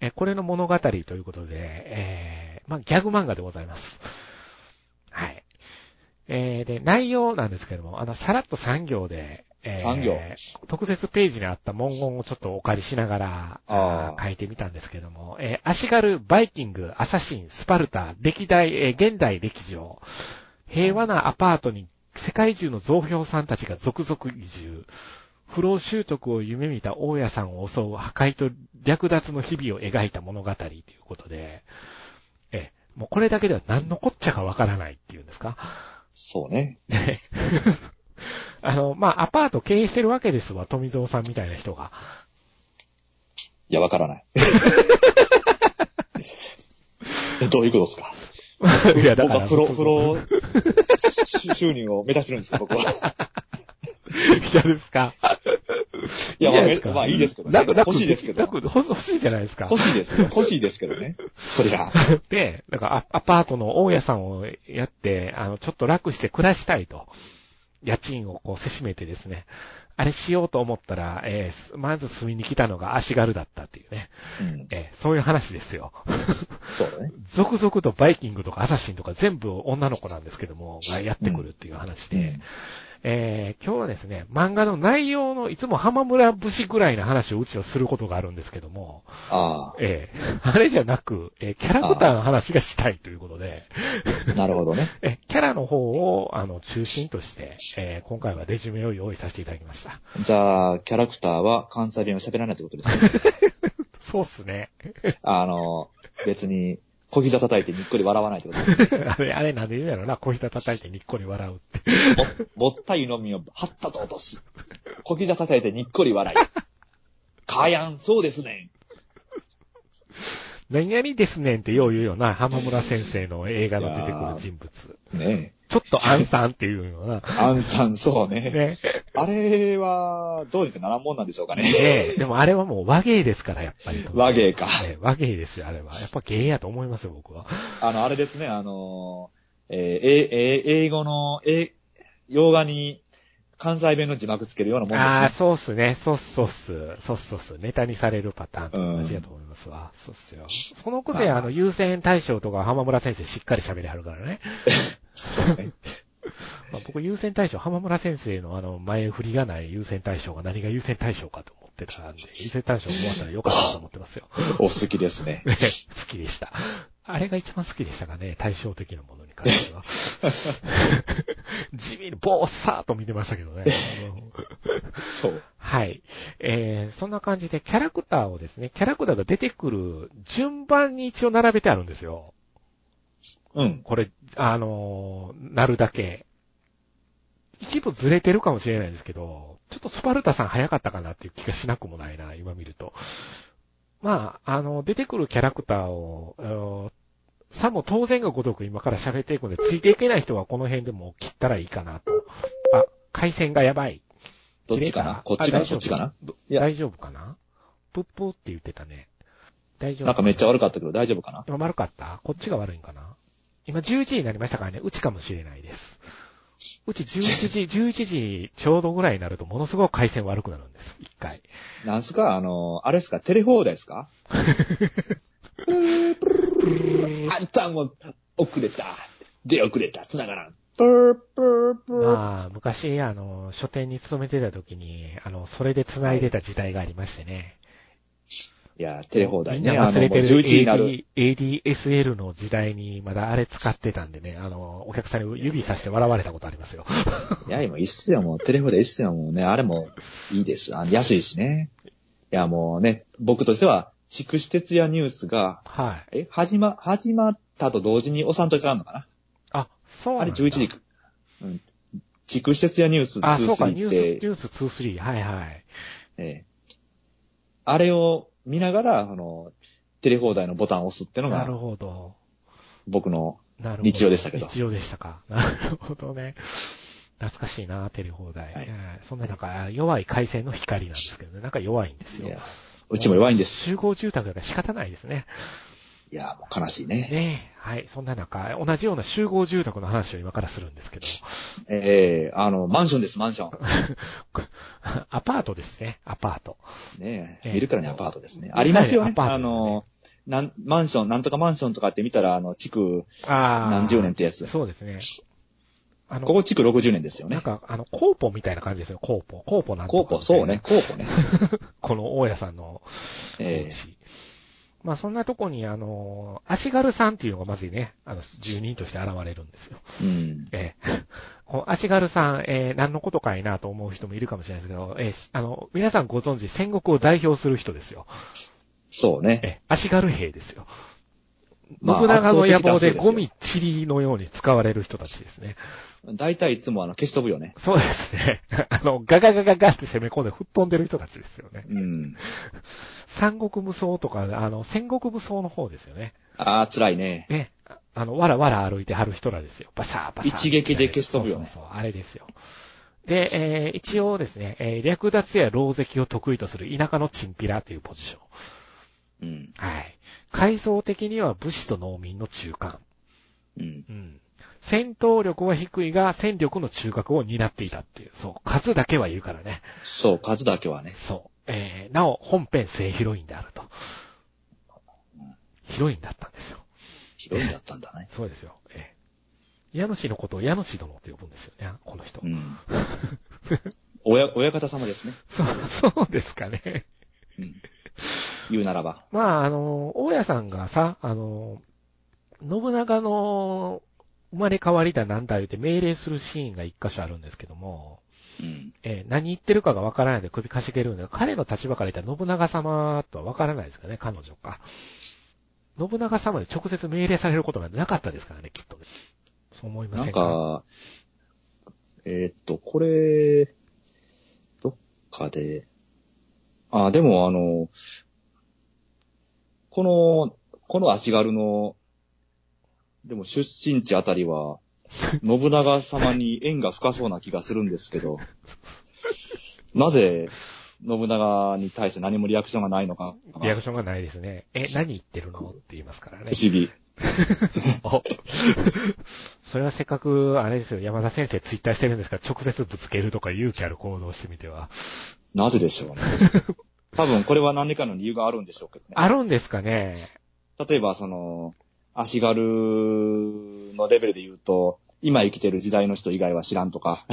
[SPEAKER 1] えーこれの物語ということで、えーまあ、ギャグ漫画でございます。はい。えーで、内容なんですけども、あの、さらっと3行で、えー
[SPEAKER 2] 三行
[SPEAKER 1] 特設ページにあった文言をちょっとお借りしながら、
[SPEAKER 2] あー
[SPEAKER 1] あー書いてみたんですけども、えー足軽、バイキング、アサシン、スパルタ、歴代、えー現代歴上、平和なアパートに世界中の増票さんたちが続々移住。不労習得を夢見た大家さんを襲う破壊と略奪の日々を描いた物語ということで、え、もうこれだけでは何のこっちゃかわからないっていうんですか。
[SPEAKER 2] そうね。
[SPEAKER 1] あの、まあ、アパート経営してるわけですわ、富蔵さんみたいな人が。
[SPEAKER 2] いや、わからない。 えどういうことですか
[SPEAKER 1] いや、
[SPEAKER 2] 僕はプロ、
[SPEAKER 1] そう
[SPEAKER 2] プロ収入を目指してるんですよ、僕は。
[SPEAKER 1] 嫌ですか
[SPEAKER 2] いや、まあ
[SPEAKER 1] 嫌ですか
[SPEAKER 2] めまあいいですけどね
[SPEAKER 1] 楽楽
[SPEAKER 2] 欲しいですけど
[SPEAKER 1] 楽欲欲しいじゃないですか
[SPEAKER 2] 欲。しいですよ。欲しいですけどね。そりゃ。
[SPEAKER 1] で、なんかアアパートの大家さんをやって、あの、ちょっと楽して暮らしたいと。家賃をこうせしめてですね。あれしようと思ったら、えーすまず住みに来たのが足軽だったっていうね。
[SPEAKER 2] うん。
[SPEAKER 1] えーそういう話ですよ。
[SPEAKER 2] そうだね。
[SPEAKER 1] 続々とバイキングとかアサシンとか全部女の子なんですけども、がやってくるっていう話で、
[SPEAKER 2] うん
[SPEAKER 1] えー今日はですね、漫画の内容のいつも浜村節ぐらいの話をうちはすることがあるんですけども、
[SPEAKER 2] あ
[SPEAKER 1] えー あれじゃなく、えーキャラクターの話がしたいということで、
[SPEAKER 2] あ、なるほどね。
[SPEAKER 1] えーキャラの方をあの中心として、えー今回はレジュメを用意させていただきました。
[SPEAKER 2] じゃあ、キャラクターは関西弁を喋らないってことです ね。
[SPEAKER 1] そうっすね。
[SPEAKER 2] あの、別に、小膝叩いてにっこり笑わないってことですね。
[SPEAKER 1] あれ、あれなんで言うやろな、小膝叩いてにっこり笑うって。
[SPEAKER 2] も、もったいのみをはったと落とし。小膝叩いてにっこり笑 い。かやん、そうですね。
[SPEAKER 1] 何々ですねんってよう言うよな、浜村先生の映画の出てくる人物。
[SPEAKER 2] ね
[SPEAKER 1] ちょっとアンさんっていうよう な
[SPEAKER 2] え。。アンさん、そうね。
[SPEAKER 1] ね。
[SPEAKER 2] あれは、どうにかならんもんなんでしょうかね。
[SPEAKER 1] ねでもあれはもう和芸ですから、やっぱり。
[SPEAKER 2] 和芸か。
[SPEAKER 1] ね和芸ですよ、あれは。やっぱ芸やと思いますよ、 僕は。
[SPEAKER 2] あの、あれですね、あの、えーえーえー英語の、えー洋画に関西弁の字幕つけるようなもん
[SPEAKER 1] ああ、
[SPEAKER 2] ですね。
[SPEAKER 1] そうっすね。そうっす、そうっす。そうっす、そうっす。ネタにされるパターン
[SPEAKER 2] うん
[SPEAKER 1] マジやと思いますわ。そうっすよ。そのくせ、
[SPEAKER 2] まあ
[SPEAKER 1] あの、優先対象とか浜村先生しっかり喋りはるからね。 まあ僕、優先対象、浜村先生のあの、前振りがない優先対象が何が優先対象かと思ってたんで、優先対象終わったらよかったと思ってますよ。
[SPEAKER 2] お好きですね。
[SPEAKER 1] ね好きでした。あれが一番好きでしたかね、対照的なものに関しては。地味にボーサーと見てましたけどね。あの
[SPEAKER 2] そう。
[SPEAKER 1] はい。えー、そんな感じでキャラクターをですね、キャラクターが出てくる順番に一応並べてあるんですよ。
[SPEAKER 2] うん。
[SPEAKER 1] これ、あのーなるだけ。一部ずれてるかもしれないですけど、ちょっとスパルタさん早かったかなっていう気がしなくもないな、今見ると。まあ、あの、出てくるキャラクターを、あのさも当然がごとく今から喋っていくので、ついていけない人はこの辺でもう切ったらいいかなと。あ、回線がやばい。
[SPEAKER 2] どっちかなこっちかなそっちかなや
[SPEAKER 1] 大丈夫かなプップーって言ってたね。大丈夫
[SPEAKER 2] なんかめっちゃ悪かったけど大丈夫かな
[SPEAKER 1] 今丸かったこっちが悪いんかな今11時になりましたからね、うちかもしれないです。うち11時、11時 ちょうどぐらいになるとものすごく回線悪くなるんです。一回。
[SPEAKER 2] なんすかあの、あれっすかテレ放題ですかあんたも遅れた。出遅れた。繋がらん。プープープー。
[SPEAKER 1] まあ、昔、あの、書店に勤めてた時に、あの、それで繋いでた時代がありましてね。
[SPEAKER 2] いや、テレ放題
[SPEAKER 1] みん
[SPEAKER 2] ね。
[SPEAKER 1] な忘れてる
[SPEAKER 2] あのもう11時になる。
[SPEAKER 1] AD ADSL の時代にまだあれ使ってたんでね、あの、お客さんに指さして笑われたことありますよ。
[SPEAKER 2] いや、今いいっすよ、もう。テレ放題いいっすよ、もうね。あれもいいです。あの安いしね。いや、もうね、僕としては、筑紫哲也ニュースが、
[SPEAKER 1] はい。
[SPEAKER 2] え、始ま、始まったと同時に押さんといかんのかな。
[SPEAKER 1] あ、そう
[SPEAKER 2] あ
[SPEAKER 1] なん
[SPEAKER 2] れ
[SPEAKER 1] だ。
[SPEAKER 2] 11時。うん。地区施設やニュース
[SPEAKER 1] あ、そうか、ニ
[SPEAKER 2] 2-3
[SPEAKER 1] ュー
[SPEAKER 2] っ
[SPEAKER 1] ス、ニ
[SPEAKER 2] て、
[SPEAKER 1] ュース2、3。はいはい。
[SPEAKER 2] ええあれを見ながら、あの、テレ放題のボタンを押すっての
[SPEAKER 1] なる
[SPEAKER 2] が、
[SPEAKER 1] ほど。
[SPEAKER 2] 僕の、
[SPEAKER 1] なるほど。
[SPEAKER 2] 日曜でしたけど
[SPEAKER 1] 日曜でしたか。 なるほどね。懐かしいな、テレ放題。
[SPEAKER 2] はい
[SPEAKER 1] えーそんな中、弱い回線の光なんですけどね。なんか弱いんです
[SPEAKER 2] い
[SPEAKER 1] よ
[SPEAKER 2] や。うちも弱いんです。
[SPEAKER 1] 集合住宅だから仕方ないですね。
[SPEAKER 2] いや、もう悲しいね。
[SPEAKER 1] ねえ。はい。そんな中、同じような集合住宅の話を今からするんですけど、
[SPEAKER 2] ええあの、マンションです、マンション。
[SPEAKER 1] アパートですね。アパート。
[SPEAKER 2] ね
[SPEAKER 1] え
[SPEAKER 2] え
[SPEAKER 1] え
[SPEAKER 2] 見るからにアパートですね。
[SPEAKER 1] はい
[SPEAKER 2] ありますよね
[SPEAKER 1] ア。パート
[SPEAKER 2] あの、なん、マンション、なんとかマンションとかって見たら、あの、地区
[SPEAKER 1] ああ。
[SPEAKER 2] 何十年ってやつ。
[SPEAKER 1] そうですね。あの、
[SPEAKER 2] ここ地区60年ですよ
[SPEAKER 1] なん
[SPEAKER 2] ね。
[SPEAKER 1] か、あの、コーポみたいな感じですよ、コーポ。コーポなんとか
[SPEAKER 2] コーポ、そうね、。コーポね。
[SPEAKER 1] この大家さんのお家。
[SPEAKER 2] ええ
[SPEAKER 1] まあ、そんなとこに、あの、足軽さんっていうのがまずね、あの、住人として現れるんですよ。
[SPEAKER 2] うん。
[SPEAKER 1] え え。この足軽さん、えー何のことかいなと思う人もいるかもしれないですけど、えーあの、皆さんご存知、戦国を代表する人ですよ。
[SPEAKER 2] そう
[SPEAKER 1] え
[SPEAKER 2] ね。
[SPEAKER 1] え、足軽兵ですよ。
[SPEAKER 2] まあ
[SPEAKER 1] 信長の野望で
[SPEAKER 2] 圧倒的多数ですよ
[SPEAKER 1] ゴミチリのように使われる人たちですね。
[SPEAKER 2] 大体いつもあの、消し飛ぶよね。
[SPEAKER 1] そうですね。 あの、ガガガガガって攻め込んで吹っ飛んでる人たちですよね。
[SPEAKER 2] うん。
[SPEAKER 1] 三国無双とか、あの、戦国武装の方ですよね。
[SPEAKER 2] ああ、辛いね。
[SPEAKER 1] ね。ああの、わらわら歩いてはる人らですよ。バサーバサー。
[SPEAKER 2] 一撃で消し飛ぶよね
[SPEAKER 1] そうそうそう、あれですよ。で、えー一応ですね、えー略奪や狼藉を得意とする田舎のチンピラというポジション。
[SPEAKER 2] うん。
[SPEAKER 1] はい。階層的には武士と農民の中間。
[SPEAKER 2] うん。
[SPEAKER 1] うん。戦闘力は低いが、戦力の中核を担っていたっていう。そう。数だけはいるからね。
[SPEAKER 2] そう、数だけはね。
[SPEAKER 1] そう。えー、なお、本編正ヒロインであると。ヒロインだったんですよ。
[SPEAKER 2] ヒロインだったんだね。
[SPEAKER 1] そうですよ。えー、家主のことを家主殿って呼ぶんですよね、この人。
[SPEAKER 2] うん。 親、親方様ですね。
[SPEAKER 1] そう、そうですかね。
[SPEAKER 2] うん。言うならば。
[SPEAKER 1] まあ、あの、大家さんがさ、あの、信長の生まれ変わりだなんだ言うて命令するシーンが一箇所あるんですけども、
[SPEAKER 2] うん。
[SPEAKER 1] えー何言ってるかがわからないで首かしげるんで、彼の立場から言ったら信長様とはわからないですかね、彼女か。信長様に直接命令されることなんてなかったですからね、きっとね。そう思いま
[SPEAKER 2] な
[SPEAKER 1] せ
[SPEAKER 2] ん
[SPEAKER 1] んか
[SPEAKER 2] か、えーっと、これ、どっかで、あ、でもあの、この、この足軽の、でも出身地あたり は、信長様に縁が深そうな気がするんですけど、なぜ、信長に対して何もリアクションがないのか。不
[SPEAKER 1] リアクションがないですね。え、何言ってるのって言いますからね。
[SPEAKER 2] 思議。
[SPEAKER 1] お それはせっかく、あれですよ、山田先生ツイッターしてるんですから、直接ぶつけるとか勇気ある行動をしてみては。
[SPEAKER 2] なぜでしょうね。多分これは何かの理由があるんでしょうけどね。
[SPEAKER 1] あるんですかね
[SPEAKER 2] 例えば、その、足軽のレベルで言うと、今生きてる時代の人以外は知らんとか、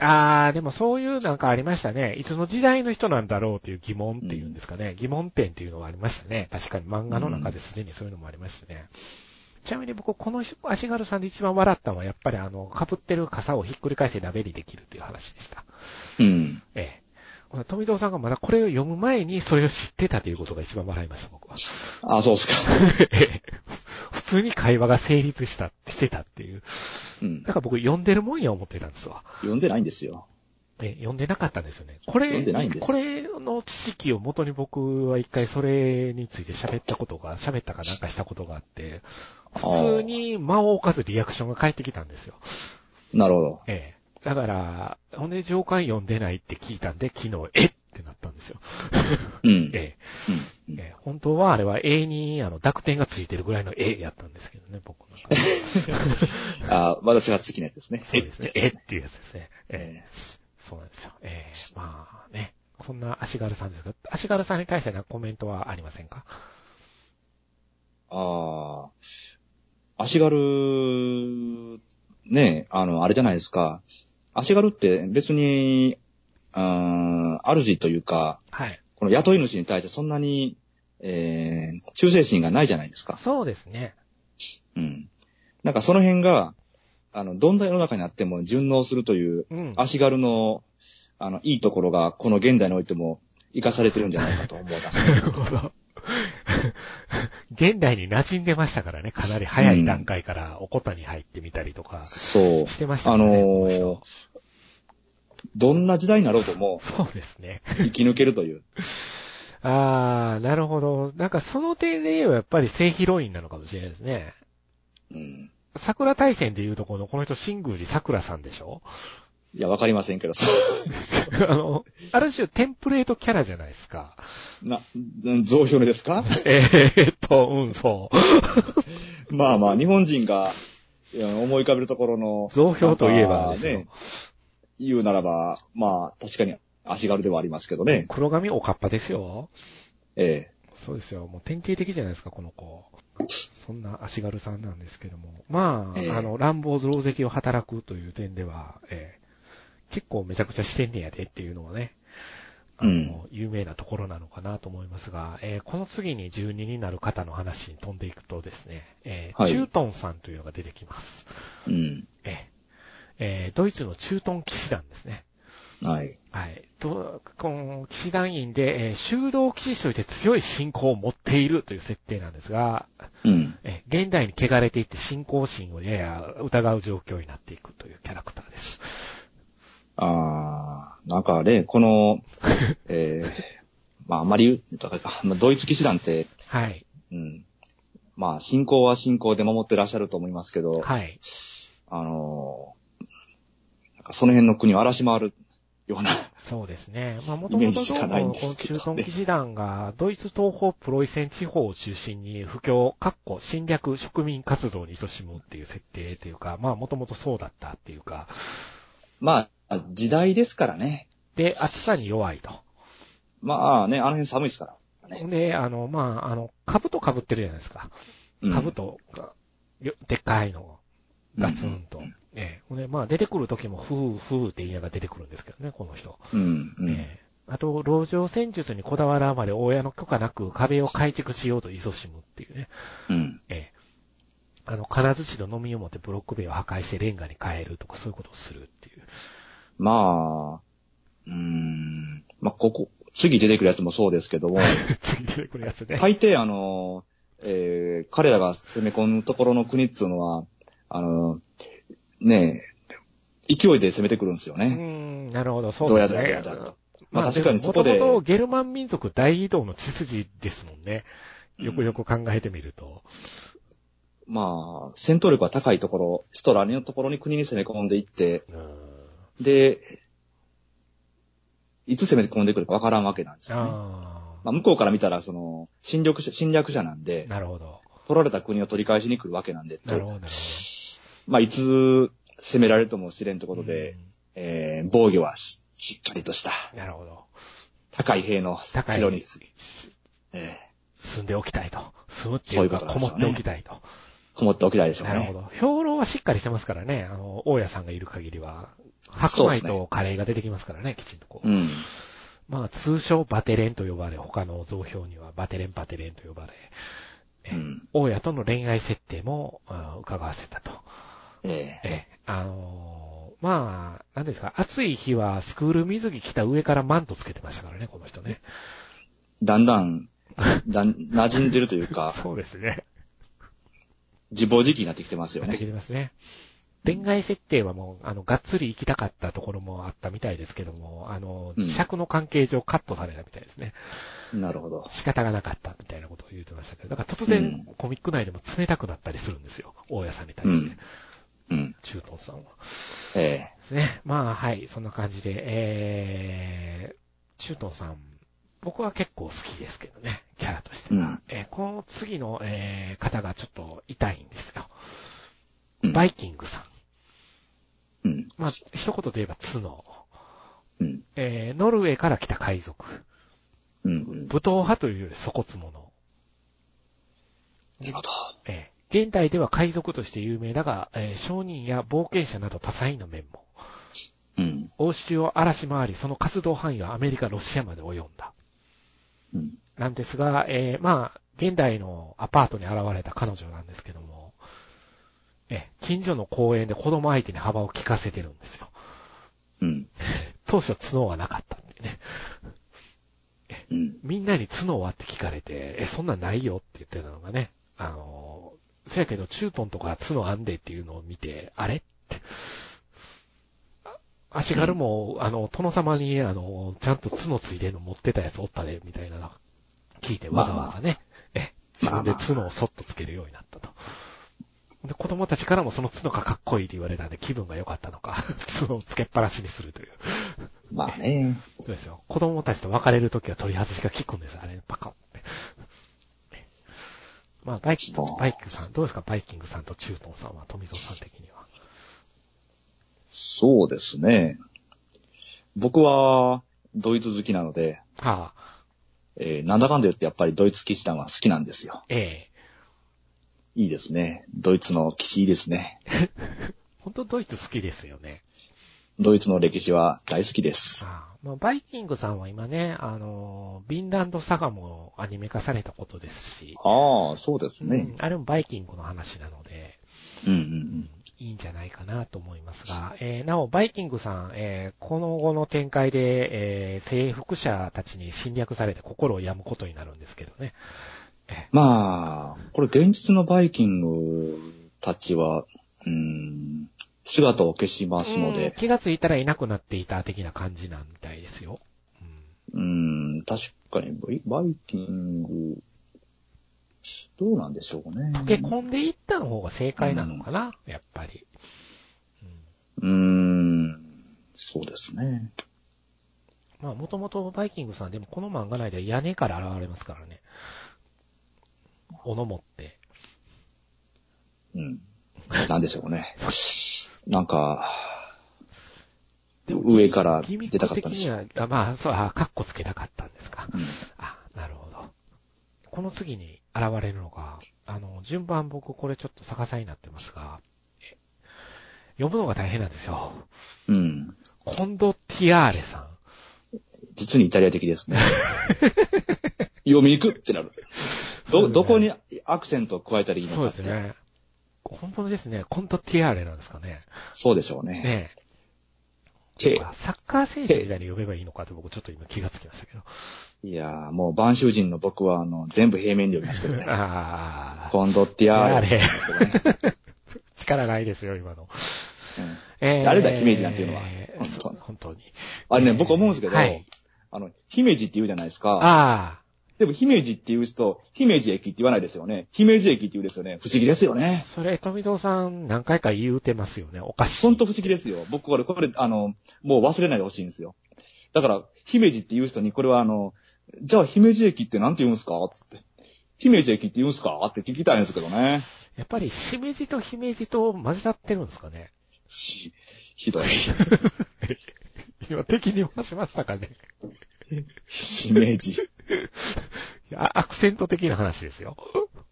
[SPEAKER 1] あー、でもそういうなんかありましたね。いつの時代の人なんだろうっていう疑問っていうんですかね。疑問点っていうのはありましたね。確かに漫画の中ですでにそういうのもありましたね。ちなみに僕、この人足軽さんで一番笑ったのは、やっぱりあの、被ってる傘をひっくり返して鍋にできるっていう話でした。
[SPEAKER 2] うん。
[SPEAKER 1] ええ。この富藤さんがまだこれを読む前にそれを知ってたということが一番笑いました、僕 は。
[SPEAKER 2] あ、そうっすか。
[SPEAKER 1] 普通に会話が成立した、してたっていう。
[SPEAKER 2] うん
[SPEAKER 1] だ。から僕読んでるもんや思ってたんですわ。
[SPEAKER 2] 読んでないんですよ。
[SPEAKER 1] え、読んでなかったんですよね。これ
[SPEAKER 2] 読んでないん、です
[SPEAKER 1] これの知識を元に僕は一回それについて喋ったことが、喋ったかなんかしたことがあって、普通に間を置かずリアクションが返ってきたんですよ。
[SPEAKER 2] なるほど。
[SPEAKER 1] ええ。だから、ほんで上巻読んでないって聞いたんで、昨日、えっってなったんですよ。
[SPEAKER 2] うん。
[SPEAKER 1] ええ。
[SPEAKER 2] うん
[SPEAKER 1] えー本当はあれは A にあの濁点がついてるぐらいの A やったんですけどね、僕の中で。
[SPEAKER 2] あ、私が好きなやつですね。
[SPEAKER 1] そうですね。
[SPEAKER 2] え
[SPEAKER 1] えっていうやつですね。えー
[SPEAKER 2] え
[SPEAKER 1] そうなんですよ。えーまあね。こんな足軽さんですが、足軽さんに対してのコメントはありませんか
[SPEAKER 2] ああ、足軽、ねえ、あの、あれじゃないですか。足軽って別に、うーん、主というか、
[SPEAKER 1] はい。
[SPEAKER 2] この雇い主に対してそんなに、えー、忠誠心がないじゃないですか。
[SPEAKER 1] そうですね。
[SPEAKER 2] うん。なんかその辺が、あの、どんな世の中にあっても順応するという、
[SPEAKER 1] うん。
[SPEAKER 2] 足軽の、あの、いいところ が、この現代においても、生かされてるんじゃないかと思います。
[SPEAKER 1] なるほど。現代に馴染んでましたからね、かなり早い段階からおこたに入ってみたりとか
[SPEAKER 2] そう。
[SPEAKER 1] してました
[SPEAKER 2] あ
[SPEAKER 1] から
[SPEAKER 2] の
[SPEAKER 1] ね、この
[SPEAKER 2] ー
[SPEAKER 1] 人。
[SPEAKER 2] どんな時代になろうとも
[SPEAKER 1] そうですね。
[SPEAKER 2] 生き抜けるという。
[SPEAKER 1] あー、なるほど。なんかその点で言えばやっぱり正ヒロインなのかもしれないですね。
[SPEAKER 2] うん。
[SPEAKER 1] 桜大戦で言うとこの、この人、新宮寺桜さんでし ょ
[SPEAKER 2] いや、わかりませんけど、 そう。
[SPEAKER 1] あの、ある種テンプレートキャラじゃないですか。
[SPEAKER 2] な、うん増票ですか
[SPEAKER 1] えーっと、うん、そう。
[SPEAKER 2] まあまあ、日本人がいや思い浮かべるところの。
[SPEAKER 1] 増票といえば
[SPEAKER 2] なん
[SPEAKER 1] で
[SPEAKER 2] か
[SPEAKER 1] すよ
[SPEAKER 2] ね。。言うならば、まあ、確かに足軽ではありますけどね。
[SPEAKER 1] 黒髪おかっぱですよ。
[SPEAKER 2] え
[SPEAKER 1] そうですよ。もう典型的じゃないですか、この子。そんな足軽さんなんですけども。まあ、
[SPEAKER 2] ええ
[SPEAKER 1] あの、乱暴増石を働くという点では、ええ結構めちゃくちゃしてんねやでっていうのはね、あの、
[SPEAKER 2] うん
[SPEAKER 1] 有名なところなのかなと思いますが、ええこの次に12になる方の話に飛んでいくとですね、ええ
[SPEAKER 2] はい
[SPEAKER 1] チュートンさんというのが出てきます。
[SPEAKER 2] えうん。
[SPEAKER 1] ええええドイツのチュートン騎士団ですね。
[SPEAKER 2] はい。
[SPEAKER 1] はい。と、この、騎士団員で、えー修道騎士として強い信仰を持っているという設定なんですが、
[SPEAKER 2] うん。
[SPEAKER 1] えー現代に汚れていって信仰心をやや疑う状況になっていくというキャラクターです。
[SPEAKER 2] あー、なんかね、この、えー、まあ、あんまり言うとあれか、まあドイツ騎士団って、
[SPEAKER 1] はい。
[SPEAKER 2] うん。まあ、信仰は信仰で守ってらっしゃると思いますけど、
[SPEAKER 1] はい。
[SPEAKER 2] あのーなんかその辺の国を荒らし回るような、
[SPEAKER 1] そうですね。まあ、もと
[SPEAKER 2] イ
[SPEAKER 1] も
[SPEAKER 2] メー
[SPEAKER 1] と
[SPEAKER 2] ジし
[SPEAKER 1] どう
[SPEAKER 2] かないん
[SPEAKER 1] も、
[SPEAKER 2] で
[SPEAKER 1] この
[SPEAKER 2] すけ
[SPEAKER 1] 中
[SPEAKER 2] どね
[SPEAKER 1] 東騎士団が、ドイツ東方プロイセン地方を中心に、不況、かっこ、侵略、植民活動に勤しむっていう設定というか、まあ、もともとそうだったっていうか、
[SPEAKER 2] まあ、時代ですからね。
[SPEAKER 1] で、暑さに弱いと。
[SPEAKER 2] まあね、あの辺寒いですから。ね
[SPEAKER 1] で、あの、まあ、あの、株と被ってるじゃないですか。
[SPEAKER 2] うん
[SPEAKER 1] 株と、よでっかいのがガツンと。ええほんで、まあ、出てくる時も、ふうふうって言いながら出てくるんですけどね、この人。
[SPEAKER 2] うん、うん。
[SPEAKER 1] ええあと、籠城戦術にこだわるあまり、親の許可なく壁を改築しようと勤しむっていうね。
[SPEAKER 2] うん。
[SPEAKER 1] ええあの、金槌と飲みを持ってブロック塀を破壊してレンガに変えるとか、そういうことをするっていう。
[SPEAKER 2] まあ、うーん、まあ、ここ、次出てくるやつもそうですけども、
[SPEAKER 1] 次出てくるやつね。
[SPEAKER 2] 大抵あの、えー彼らが攻め込むところの国っていうのは、あの、ねえ、勢いで攻めてくるんですよ
[SPEAKER 1] うー
[SPEAKER 2] ね。
[SPEAKER 1] ん、なるほど、そう
[SPEAKER 2] どう
[SPEAKER 1] で
[SPEAKER 2] や
[SPEAKER 1] す
[SPEAKER 2] ど
[SPEAKER 1] ね。
[SPEAKER 2] やどやどやと。まあ確かにそこで
[SPEAKER 1] もともとゲルマン民族大移動の血筋ですもんね。よくよく考えてみると。
[SPEAKER 2] まあ、戦闘力は高いところ、ヒトラーのところに国に攻め込んでいって、
[SPEAKER 1] うん。
[SPEAKER 2] で、いつ攻め込んでくるかわからんわけなんですよね。
[SPEAKER 1] あ
[SPEAKER 2] まあ、向こうから見たら、その、侵略者、侵略者なん
[SPEAKER 1] あ。
[SPEAKER 2] で、
[SPEAKER 1] なるほど。
[SPEAKER 2] 取られた国を取り返しに来るわけなんで、
[SPEAKER 1] なるほど、なるほど。
[SPEAKER 2] まあ、いつ攻められるともしれんところで、
[SPEAKER 1] うん、
[SPEAKER 2] えー防御はししっかりとした、
[SPEAKER 1] なるほど。
[SPEAKER 2] 高い兵の
[SPEAKER 1] 高い。
[SPEAKER 2] 城に、えー
[SPEAKER 1] 住んでおきたいと。住むっていうか、
[SPEAKER 2] そう
[SPEAKER 1] こ
[SPEAKER 2] いうことです
[SPEAKER 1] も
[SPEAKER 2] よね
[SPEAKER 1] っておきたいと。
[SPEAKER 2] こもっておきたいでしょう
[SPEAKER 1] なるほ
[SPEAKER 2] ね。
[SPEAKER 1] ど。兵糧はしっかりしてますからね。あの、大家さんがいる限りは。白米
[SPEAKER 2] そうです
[SPEAKER 1] とカレーが出てきますからね、きちんとこう。
[SPEAKER 2] うん。
[SPEAKER 1] まあ、通称バテレンと呼ばれ、他の造標にはバテレンバテレンと呼ばれ、
[SPEAKER 2] うん。
[SPEAKER 1] 大家との恋愛設定も、うん伺わせたと。
[SPEAKER 2] え
[SPEAKER 1] ええ、あのーまあ、なんですか、暑い日はスクール水着着た上からマントつけてましたからね、この人ね。
[SPEAKER 2] ーだんだん、だん、馴染んでるというか、
[SPEAKER 1] そうですね。
[SPEAKER 2] 自暴自棄になってきてますよ
[SPEAKER 1] やってき
[SPEAKER 2] ね。
[SPEAKER 1] てますね。恋愛設定はもう、あの、がっつり行きたかったところもあったみたいですけども、あの、
[SPEAKER 2] うん
[SPEAKER 1] 磁石の関係上カットされたみたいですね。
[SPEAKER 2] なるほど。
[SPEAKER 1] 仕方がなかったみたいなことを言ってましたけど、だから突然
[SPEAKER 2] う
[SPEAKER 1] コミック内でも冷たくなったりするんですよ。大家さんに対して、
[SPEAKER 2] うんうん。
[SPEAKER 1] 中東さんは。
[SPEAKER 2] ええ
[SPEAKER 1] ですね。 まあ、はい、そんな感じで、えー、中東さん、僕は結構好きですけどね、キャラとしては。
[SPEAKER 2] うん
[SPEAKER 1] えーこの次の、えー方がちょっと痛いんですよ。
[SPEAKER 2] うん
[SPEAKER 1] バイキングさん。
[SPEAKER 2] うん。
[SPEAKER 1] まあ、一言で言えば角。
[SPEAKER 2] うん。
[SPEAKER 1] えー、ノルウェーから来た海賊。
[SPEAKER 2] うん。うん。
[SPEAKER 1] 武闘派というより粗骨者。
[SPEAKER 2] なるほど。
[SPEAKER 1] えー、現代では海賊として有名だが、えー商人や冒険者など多彩な面も。
[SPEAKER 2] うん。
[SPEAKER 1] 欧州を荒らし回り、その活動範囲はアメリカ、ロシアまで及んだ。
[SPEAKER 2] うん。
[SPEAKER 1] なんですが、えーまあ、現代のアパートに現れた彼女なんですけども、え、近所の公園で子供相手に幅を利かせてるんですよ。
[SPEAKER 2] うん。
[SPEAKER 1] 当初角はなかったんでね。え
[SPEAKER 2] うん。
[SPEAKER 1] みんなに角はって聞かれて、え、そんなんないよって言ってたのがね、あの、せやけど、チュートンとか角あんでっていうのを見て、あれって。あ足軽も、あの、殿様に、あの、ちゃんと角ついでんの持ってたやつおったで、みたいなの聞いて、
[SPEAKER 2] ま
[SPEAKER 1] わ
[SPEAKER 2] あ
[SPEAKER 1] ざ
[SPEAKER 2] まあ
[SPEAKER 1] わざね、え、自
[SPEAKER 2] まあまあ
[SPEAKER 1] 分で角をそっとつけるようになったと。で、子供たちからもその角がかっこいいって言われたんで気分が良かったのか、 角をつけっぱなしにするという。
[SPEAKER 2] まあね。
[SPEAKER 1] そうですよ。子供たちと別れるときは取り外しが効くんです。あれ、パカって。まあ、バイキング、バイキングさん、どうですかバイキングさんとチュートンさんは、富蔵さん的には。
[SPEAKER 2] そうですね。僕は、ドイツ好きなので、
[SPEAKER 1] はあ、
[SPEAKER 2] えーなんだかんだ言ってやっぱりドイツ騎士団は好きなんですよ。
[SPEAKER 1] ええ
[SPEAKER 2] いいですね。ドイツの騎士いいですね。
[SPEAKER 1] 本当ドイツ好きですよね。
[SPEAKER 2] ドイツの歴史は大好きです。
[SPEAKER 1] ああまあ、バイキングさんは今ね、あのー、ビンランドサガもアニメ化されたことですし、
[SPEAKER 2] ああ、そうです
[SPEAKER 1] うん。あれもバイキングの話なので、
[SPEAKER 2] うんう
[SPEAKER 1] うん
[SPEAKER 2] ん
[SPEAKER 1] いいんじゃないかなと思いますが、えーなお、バイキングさん、えーこの後の展開で、えー征服者たちに侵略されて心を病むことになるんですけどね。
[SPEAKER 2] まあ、これ現実のバイキングたちは、うん、姿を消しますの
[SPEAKER 1] うん
[SPEAKER 2] で、
[SPEAKER 1] 気がついたらいなくなっていた的な感じなんみたいですよ。
[SPEAKER 2] うん、確かにバイバイキング、どうなんでしょうね。
[SPEAKER 1] うん、溶け込んでいったの方が正解なのかな、やっぱり。
[SPEAKER 2] うーん、そうですね。
[SPEAKER 1] まあ、もともとバイキングさん、でもこの漫画内では屋根から現れますからね。斧持って。
[SPEAKER 2] うん。なんでしょうね。なんか、
[SPEAKER 1] でも
[SPEAKER 2] 上から
[SPEAKER 1] ギミ
[SPEAKER 2] 出た
[SPEAKER 1] ッ
[SPEAKER 2] か
[SPEAKER 1] ク
[SPEAKER 2] っ
[SPEAKER 1] 的
[SPEAKER 2] たんで
[SPEAKER 1] に
[SPEAKER 2] すよ。
[SPEAKER 1] は、あまあ、そう、あ、カッコつけたかったんですか。
[SPEAKER 2] うん
[SPEAKER 1] あ、なるほど。この次に現れるのが、あの、順番僕これちょっと逆さになってますが、え読むのが大変なんですよ。
[SPEAKER 2] うん。
[SPEAKER 1] コンドティアーレさん。
[SPEAKER 2] 実にイタリア的ですね。 読み行くってなる。ど、どこにアクセントを加えたらいいの
[SPEAKER 1] そうで
[SPEAKER 2] かっ
[SPEAKER 1] す
[SPEAKER 2] て。
[SPEAKER 1] ね。本物ですね。コンドティアーレなんですかね。
[SPEAKER 2] そうでしょうね。
[SPEAKER 1] ねえ
[SPEAKER 2] て。
[SPEAKER 1] サッカー選手みたいに呼べばいいのかって僕ちょっと今気がつきましたけど。
[SPEAKER 2] いやーもう、晩秋人の僕は、あの、全部平面で読みま すけどね。
[SPEAKER 1] ああ。
[SPEAKER 2] 今度ってや
[SPEAKER 1] あ
[SPEAKER 2] ーれ。
[SPEAKER 1] れ。 力ないですよ、今の。
[SPEAKER 2] うん
[SPEAKER 1] え
[SPEAKER 2] 誰だ姫路なんていうのは
[SPEAKER 1] え
[SPEAKER 2] 本当
[SPEAKER 1] ー本当に。
[SPEAKER 2] あれね、僕思うんですけど、
[SPEAKER 1] はい
[SPEAKER 2] あの、姫路って言うじゃないですか。
[SPEAKER 1] ああ。
[SPEAKER 2] でも、姫路って言う人、姫路駅って言わないですよね。姫路駅って言うんですよね。不思議ですよね。
[SPEAKER 1] それ、富蔵さん何回か言うてますよね。おかしい。
[SPEAKER 2] ほんと不思議ですよ。僕これ、これ、あの、もう忘れないでほしいんですよ。だから、姫路って言う人に、これはあの、じゃあ姫路駅ってなんて言うんすかつって。姫路駅って言うんすかって聞きたいんですけどね。
[SPEAKER 1] やっぱり、しめじと姫路と混ざってるんですかね。
[SPEAKER 2] し、ひどい。
[SPEAKER 1] 今、敵に回しましたかね。
[SPEAKER 2] 姫路。
[SPEAKER 1] いやアクセント的な話ですよ。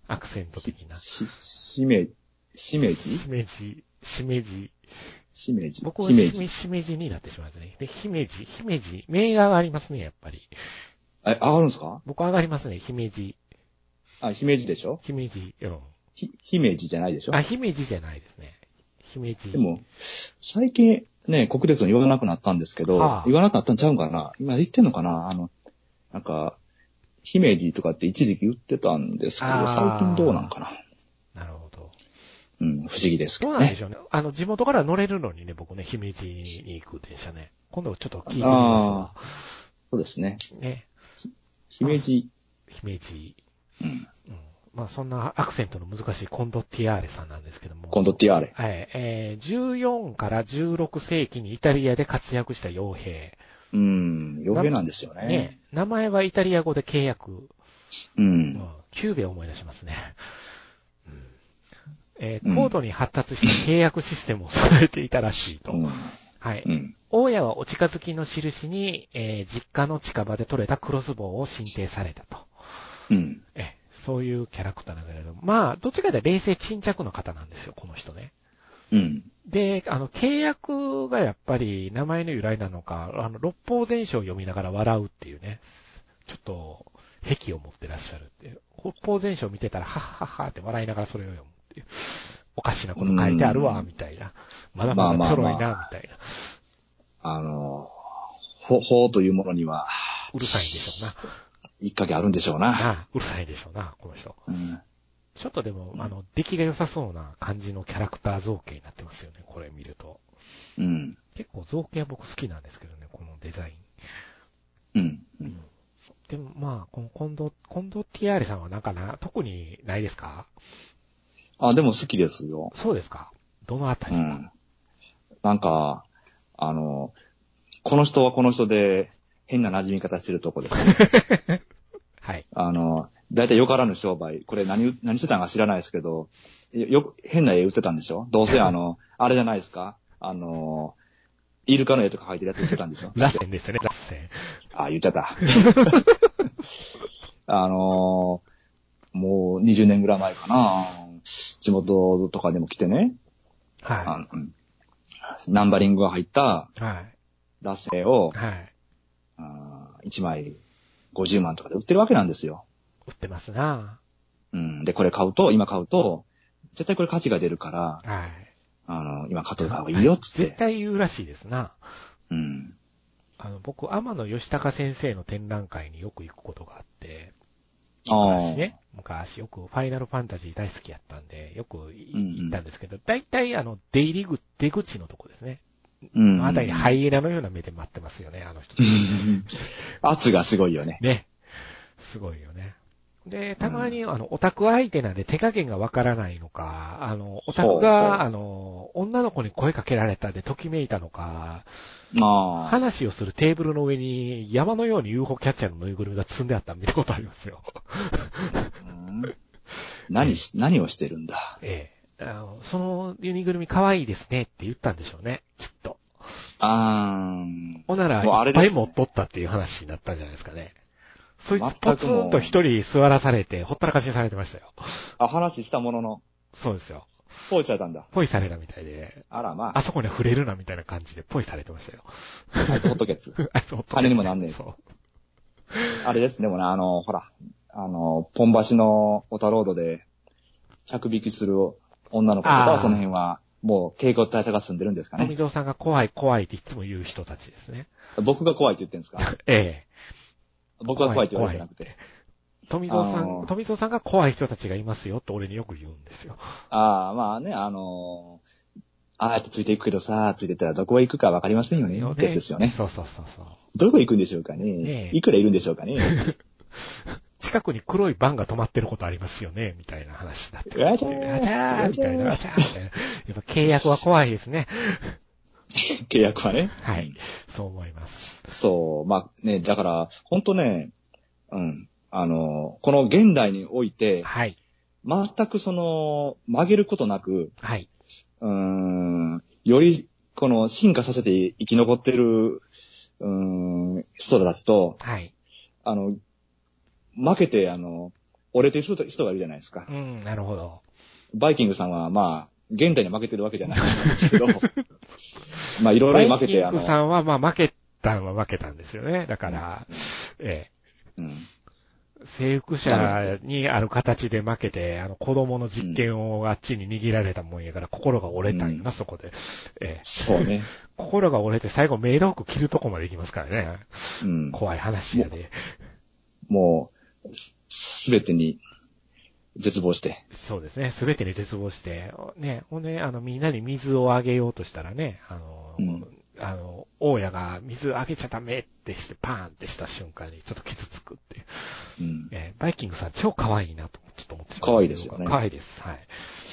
[SPEAKER 1] アクセント的な。
[SPEAKER 2] し、しめ、しめじ
[SPEAKER 1] しめじ、しめじ。
[SPEAKER 2] しめじ。
[SPEAKER 1] 僕は
[SPEAKER 2] 姫
[SPEAKER 1] し
[SPEAKER 2] 路
[SPEAKER 1] め、。しめじになってしまうんですね。で、姫路、姫路。名が上がりますね、やっぱり。
[SPEAKER 2] え、上がるんですか
[SPEAKER 1] 僕は上がりますね、姫路。
[SPEAKER 2] あ、姫路でしょ
[SPEAKER 1] 姫路、うん。
[SPEAKER 2] ひ、姫路じゃないでしょ
[SPEAKER 1] あ、姫路じゃないですね。姫路。
[SPEAKER 2] でも、最近ね、国鉄の言わなくなったんですけど、
[SPEAKER 1] はあ
[SPEAKER 2] 言わなくなったんちゃうんかな今言ってんのかなあの、なんか、姫路とかって一時期言ってたんですけ
[SPEAKER 1] あ
[SPEAKER 2] ど、
[SPEAKER 1] ー
[SPEAKER 2] 最近どうなんかな
[SPEAKER 1] なるほど。
[SPEAKER 2] うん、不思議ですけ
[SPEAKER 1] どう
[SPEAKER 2] ど
[SPEAKER 1] なんで
[SPEAKER 2] ね。
[SPEAKER 1] しょうね。あの、地元から乗れるのにね、僕ね、姫路に行く電車ね。今度ちょっと聞いてみますわ。
[SPEAKER 2] そうですね。
[SPEAKER 1] ね。
[SPEAKER 2] 姫路、
[SPEAKER 1] 姫路。
[SPEAKER 2] うん、
[SPEAKER 1] うん。まあ、そんなアクセントの難しいコンドティアーレさんなんですけども。
[SPEAKER 2] コンドティアーレ。
[SPEAKER 1] はい。えー、14から16世紀にイタリアで活躍した傭兵。
[SPEAKER 2] うん、余計なんですよね。
[SPEAKER 1] ね。名前はイタリア語で契約。う
[SPEAKER 2] う。
[SPEAKER 1] んん。キューベを思い出しますね。うんえ
[SPEAKER 2] う
[SPEAKER 1] ー、
[SPEAKER 2] ん
[SPEAKER 1] 高度に発達した契約システムを備えていたらしいと。
[SPEAKER 2] うん。
[SPEAKER 1] はい。
[SPEAKER 2] うん。
[SPEAKER 1] 大家はお近づきの印に、えー実家の近場で取れたクロスボウを申請されたと。
[SPEAKER 2] うん。
[SPEAKER 1] え、そういうキャラクターなんだけど、まあ、どっちかというと冷静沈着の方なんですよ、この人ね。
[SPEAKER 2] うん。
[SPEAKER 1] で、あの、契約がやっぱり名前の由来なのか、あの、六法全書を読みながら笑うっていうね、ちょっと、癖を持ってらっしゃるっていう。六法全書を見てたら、はっはっはって笑いながらそれを読むっていう。おかしなこと書いてあるわ、
[SPEAKER 2] うん
[SPEAKER 1] みたいな。まだまだちょろい
[SPEAKER 2] まあ
[SPEAKER 1] な、みたいな。
[SPEAKER 2] あの、法、法というものには、
[SPEAKER 1] うるさいんでしょうな。
[SPEAKER 2] 一かげあるんでしょうな。
[SPEAKER 1] ああうるさいでしょうな、この人。
[SPEAKER 2] うん。
[SPEAKER 1] ちょっとでも、あの、出来が良さそうな感じのキャラクター造形になってますよね、これ見ると。
[SPEAKER 2] うん。
[SPEAKER 1] 結構造形は僕好きなんですけどね、このデザイン。
[SPEAKER 2] うん。うん
[SPEAKER 1] でもまあ、この近藤、近藤 TR さんはなんかな、特にないですか
[SPEAKER 2] あ、でも好きですよ。
[SPEAKER 1] そうですかどのあた
[SPEAKER 2] う
[SPEAKER 1] りが、
[SPEAKER 2] ん。なんか、あの、この人はこの人で変な馴染み方してるとこです。
[SPEAKER 1] はい。
[SPEAKER 2] あの、だいたいよからぬ商売。これ何、何してたんか知らないですけど、よ、よ変な絵売ってたんでしょどうせあの、あれじゃないですかあの、イルカの絵とか描いてるやつ売ってたん でしょ
[SPEAKER 1] ラッセンですね、ラッセン。
[SPEAKER 2] あ、言っちゃった。 あのーもう20年ぐらい前かな。地元とかでも来てね、
[SPEAKER 1] は
[SPEAKER 2] あのうんナンバリングが入った
[SPEAKER 1] い。はい。
[SPEAKER 2] ラッセンを、
[SPEAKER 1] はい。
[SPEAKER 2] あー1枚50万とかで売ってるわけなんですよ。
[SPEAKER 1] 売ってますな
[SPEAKER 2] うん。で、これ買うと、今買うと、絶対これ価値が出るから、
[SPEAKER 1] はい。
[SPEAKER 2] あの、今買っといた方がいいよっつっ
[SPEAKER 1] 絶
[SPEAKER 2] て。
[SPEAKER 1] 対言うらしいですな。
[SPEAKER 2] うん。
[SPEAKER 1] あの、僕、天野義高先生の展覧会によく行くことがあって、
[SPEAKER 2] ああ。
[SPEAKER 1] 昔ね、昔よくファイナルファンタジー大好きやったんで、よくい
[SPEAKER 2] うんうん
[SPEAKER 1] 行ったんですけど、大体あの、出入り口、出口のとこですね。
[SPEAKER 2] うん。
[SPEAKER 1] あたりにハイエナのような目で待ってますよね、あの人
[SPEAKER 2] う。ん 圧がすごいよね。
[SPEAKER 1] ね。すごいよね。で、たまに、あの、オタク相手なんで手加減がわからないのか、あの、オタク
[SPEAKER 2] ほうほう
[SPEAKER 1] が、あの、女の子に声かけられたでときめいたのか、
[SPEAKER 2] ああ。
[SPEAKER 1] 話をするテーブルの上に山のように UFO キャッチャーのぬいぐるみが積んであったの見たことありますよ。
[SPEAKER 2] うん何し、何をしてるんだ。
[SPEAKER 1] ええ。あの、そのユニぐるみ可愛いですねって言ったんでしょうね、きっと。
[SPEAKER 2] あー
[SPEAKER 1] ほんなら、
[SPEAKER 2] もうあ
[SPEAKER 1] い
[SPEAKER 2] れ
[SPEAKER 1] っ
[SPEAKER 2] で
[SPEAKER 1] ぱい
[SPEAKER 2] す
[SPEAKER 1] 持っとったっていう話になったんじゃないですかね。そいつポ
[SPEAKER 2] 全
[SPEAKER 1] ツ
[SPEAKER 2] くもう
[SPEAKER 1] ンと一人座らされて、ほったらかしにされてましたよ。
[SPEAKER 2] あ、話したものの、
[SPEAKER 1] そうですよ。
[SPEAKER 2] 放置されたんだ。
[SPEAKER 1] ポイされたみたいで、
[SPEAKER 2] あら、ま
[SPEAKER 1] あそこには触れるなみたいな感じでポイされてましたよ。
[SPEAKER 2] あ、あいつほっとけっつ。
[SPEAKER 1] あいつほっとけ
[SPEAKER 2] 金にもなんねえ
[SPEAKER 1] そう。
[SPEAKER 2] あれですね、でもな、あの、ほら、あの、ポン橋のオタロードで、客引きする女の子と
[SPEAKER 1] あ
[SPEAKER 2] か
[SPEAKER 1] ー、
[SPEAKER 2] その辺は、もう、警護対策が済んでるんですか
[SPEAKER 1] 富
[SPEAKER 2] ね。
[SPEAKER 1] 蔵さんが怖い怖いっていつも言う人たちですね。
[SPEAKER 2] 僕が怖いって言ってるんで すか
[SPEAKER 1] ええ。
[SPEAKER 2] 僕が怖いって言われてなくて。
[SPEAKER 1] 富蔵さ
[SPEAKER 2] あの
[SPEAKER 1] ん、
[SPEAKER 2] ー
[SPEAKER 1] 富蔵さんが怖い人たちがいますよって俺によく言うんですよ。
[SPEAKER 2] ああ、まあね、あのああやってついていくけどさ、ついてったらどこへ行くかわかりませんよね。ってやつですよね。
[SPEAKER 1] そうそうそうそう。
[SPEAKER 2] どこ行くんでしょうか
[SPEAKER 1] ね
[SPEAKER 2] ね。
[SPEAKER 1] え
[SPEAKER 2] いくらいるんでしょうかね。
[SPEAKER 1] 近くに黒いバンが止まってることありますよね、みたいな話になってくる。
[SPEAKER 2] ガチャー
[SPEAKER 1] ガチャーみたいな、ガチャーみたいな。やっぱ契約は怖いですね。
[SPEAKER 2] 契約はね。
[SPEAKER 1] はい。そう思います。
[SPEAKER 2] そう、まあね、だから、ほんとね、うん、あの、この現代において、
[SPEAKER 1] はい。
[SPEAKER 2] 全くその、曲げることなく、
[SPEAKER 1] はい。
[SPEAKER 2] うーん、より、この、進化させて生き残ってる、うーん、人たちと、
[SPEAKER 1] はい。
[SPEAKER 2] あの、負けて、あの、折れてる人人がいるじゃないですか
[SPEAKER 1] う。ん、なるほど。
[SPEAKER 2] バイキングさんは、まあ、現代に負けてるわけじゃないんです けど、まあ、いろいろ負けて、
[SPEAKER 1] バイ
[SPEAKER 2] あ
[SPEAKER 1] キン
[SPEAKER 2] の
[SPEAKER 1] グ、さんは、まあ、負けたんは負けたんですよね。だから、ええ。
[SPEAKER 2] うん、
[SPEAKER 1] 征服者にある形で負けて、あの、子供の実験をあっちに握られたもんやから、心が折れたんやな、そこで。ええ。
[SPEAKER 2] そうね。
[SPEAKER 1] 心が折れて、最後、メイド服着るとこまで行きますからね。
[SPEAKER 2] うん。
[SPEAKER 1] 怖い話やで。
[SPEAKER 2] もう、すすべてに絶望して。
[SPEAKER 1] そうですね。すべてに絶望して、ね、ほんで、あの、みんなに水をあげようとしたらね、あの、
[SPEAKER 2] うん
[SPEAKER 1] あの、大家が水あげちゃダメってして、パーンってした瞬間にちょっと傷つくっていう。
[SPEAKER 2] うん。
[SPEAKER 1] えーバイキングさん超可愛いなと、ちょっと思ってしま
[SPEAKER 2] 可愛いですよね
[SPEAKER 1] 可愛いです。はい。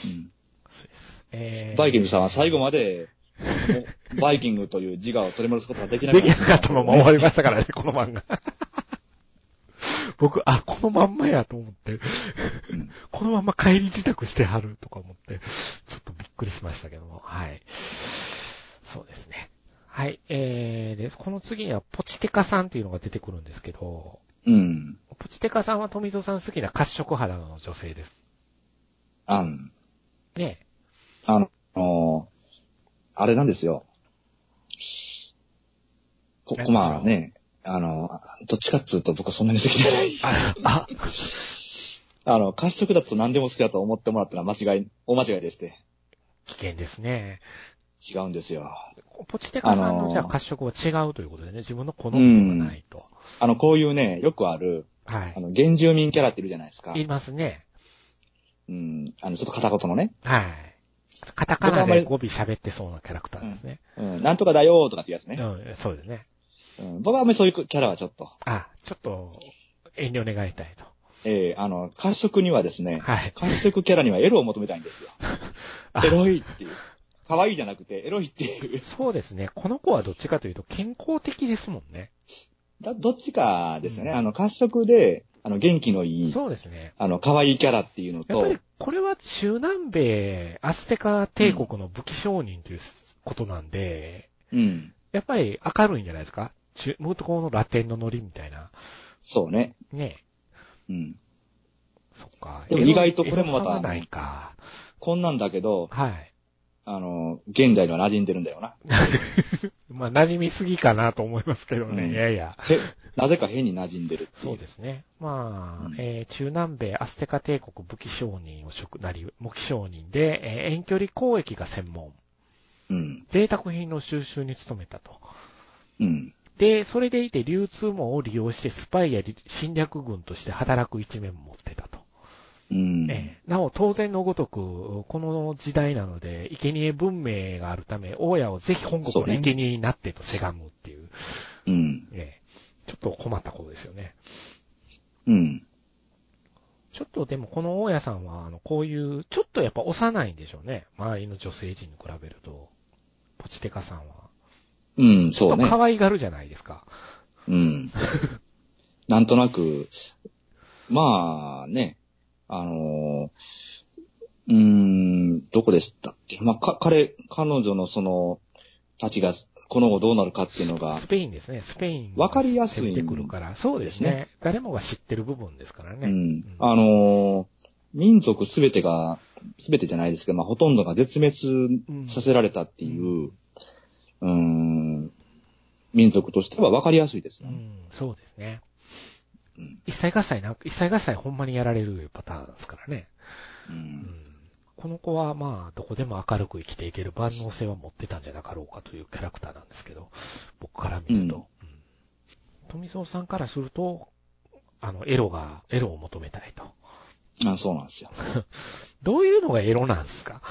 [SPEAKER 2] うん
[SPEAKER 1] そうです。えー
[SPEAKER 2] バイキングさんは最後 まで、もうバイキングという自我を取り戻すことができなか
[SPEAKER 1] で
[SPEAKER 2] っ
[SPEAKER 1] き
[SPEAKER 2] た。
[SPEAKER 1] なかったまま終わりましたからね、 この漫画。僕、あ、このまんまやと思って、
[SPEAKER 2] うん
[SPEAKER 1] このまま帰り自宅してはるとか思って、ちょっとびっくりしましたけども、はい。そうですね。はい、えー、で、この次にはポチテカさんというのが出てくるんですけど、
[SPEAKER 2] うん。
[SPEAKER 1] ポチテカさんは富蔵さん好きな褐色肌の女性です。
[SPEAKER 2] あん、
[SPEAKER 1] ね。
[SPEAKER 2] あの、あれなんですよ。こ、
[SPEAKER 1] 何ですか
[SPEAKER 2] まあね、あの、どっちかっつうと僕はそんなに好きじゃない。
[SPEAKER 1] あ、あ、
[SPEAKER 2] あの、褐色だと何でも好きだと思ってもらったら間違い、大間違いでして。
[SPEAKER 1] 危険ですね。
[SPEAKER 2] 違うんですよ。
[SPEAKER 1] ポチテカさん
[SPEAKER 2] あの
[SPEAKER 1] の
[SPEAKER 2] ー
[SPEAKER 1] じゃあ褐色は違うということでね、自分の好みではないと。
[SPEAKER 2] あの、こういうね、よくある、
[SPEAKER 1] は
[SPEAKER 2] あの、原住民キャラっているじゃないですか
[SPEAKER 1] い。。いますね。
[SPEAKER 2] うん、あの、ちょっと片言のね、
[SPEAKER 1] はい。カタカナ
[SPEAKER 2] 僕はあんま
[SPEAKER 1] で
[SPEAKER 2] り
[SPEAKER 1] 語尾喋ってそうなキャラクターですね。
[SPEAKER 2] うん、なんとかだよーとかってやつ
[SPEAKER 1] う
[SPEAKER 2] ね。
[SPEAKER 1] ん、そうですね。
[SPEAKER 2] うん、僕はあんまりそういうキャラはちょっと、
[SPEAKER 1] あ、ちょっと、遠慮願いたいと。
[SPEAKER 2] ええあの、褐色にはですね、
[SPEAKER 1] はい。
[SPEAKER 2] 褐色キャラにはエロを求めたいんですよ。
[SPEAKER 1] あ
[SPEAKER 2] エロいっていう。可愛いじゃなくて、エロいっていう。
[SPEAKER 1] そうですね。この子はどっちかというと健康的ですもんね。
[SPEAKER 2] だどっちかですよね。
[SPEAKER 1] うん
[SPEAKER 2] あの、褐色で、あの、元気のいい、
[SPEAKER 1] そうですね。
[SPEAKER 2] あの、可愛いキャラっていうの
[SPEAKER 1] やっぱ
[SPEAKER 2] と
[SPEAKER 1] り、これは中南米アステカ帝国の武器商人ということなんで、
[SPEAKER 2] うん。
[SPEAKER 1] やっぱり明るいんじゃないですか中、もっとこのラテンのノリみたいな。
[SPEAKER 2] そうね。
[SPEAKER 1] ね
[SPEAKER 2] うん。
[SPEAKER 1] そっか。
[SPEAKER 2] でも意外とこれもま
[SPEAKER 1] エ
[SPEAKER 2] た
[SPEAKER 1] ロさはないか。
[SPEAKER 2] こんなんだけど、
[SPEAKER 1] はい。
[SPEAKER 2] あの、現代には馴染んでるんだよな。
[SPEAKER 1] まあ、馴染みすぎかなと思いますけどね。
[SPEAKER 2] うん
[SPEAKER 1] いやいや。
[SPEAKER 2] へ、なぜか変に馴染んでるってい
[SPEAKER 1] そう
[SPEAKER 2] う。
[SPEAKER 1] ですね。まあ、
[SPEAKER 2] うん
[SPEAKER 1] えー中南米アステカ帝国武器商人を職なり、武器商人で、えー遠距離交易が専門。
[SPEAKER 2] うん。
[SPEAKER 1] 贅沢品の収集に努めたと。
[SPEAKER 2] うん。
[SPEAKER 1] で、それでいて流通網を利用してスパイや侵略軍として働く一面も持ってたと。
[SPEAKER 2] うん。
[SPEAKER 1] ええなお、当然のごとく、この時代なので、生贄文明があるため、大家をぜひ本国
[SPEAKER 2] そう
[SPEAKER 1] の
[SPEAKER 2] ね
[SPEAKER 1] 生贄になってとせがむっていう、
[SPEAKER 2] うん。
[SPEAKER 1] ええちょっと困ったことですよね。
[SPEAKER 2] うん。
[SPEAKER 1] ちょっとでもこの大家さんは、あの、こういう、ちょっとやっぱ幼いんでしょうね。周りの女性陣に比べると、ポチテカさんは。
[SPEAKER 2] うん、そう
[SPEAKER 1] ちょっ
[SPEAKER 2] ね
[SPEAKER 1] と。可愛がるじゃないですか。
[SPEAKER 2] うん。なんとなく、まあね、あのー、うーん、どこでしたっけまあ、か、彼、彼女のその、たちが、この後どうなるかっていうのが
[SPEAKER 1] ス、ペインですね。スペイン。
[SPEAKER 2] わかりやすい
[SPEAKER 1] 出てくるから。そうです
[SPEAKER 2] です
[SPEAKER 1] ね。誰もが知ってる部分ですからね。
[SPEAKER 2] うん。あのー、民族すべてが、すべてじゃないですけど、まあ、ほとんどが絶滅
[SPEAKER 1] うん
[SPEAKER 2] させられたっていう、うーん、民族としてはわかりやすいです
[SPEAKER 1] う
[SPEAKER 2] よね。
[SPEAKER 1] ん、そうですね
[SPEAKER 2] うん。
[SPEAKER 1] 一切合切な、一切合切ほんまにやられるパターンですからね。
[SPEAKER 2] う。
[SPEAKER 1] うんんこの子はまあ、どこでも明るく生きていける万能性は持ってたんじゃなかろうかというキャラクターなんですけど、僕から見ると。うん富蔵さんからすると、あの、エロが、エロを求めたいと。
[SPEAKER 2] あそうなんですよ。
[SPEAKER 1] どういうのがエロなんですか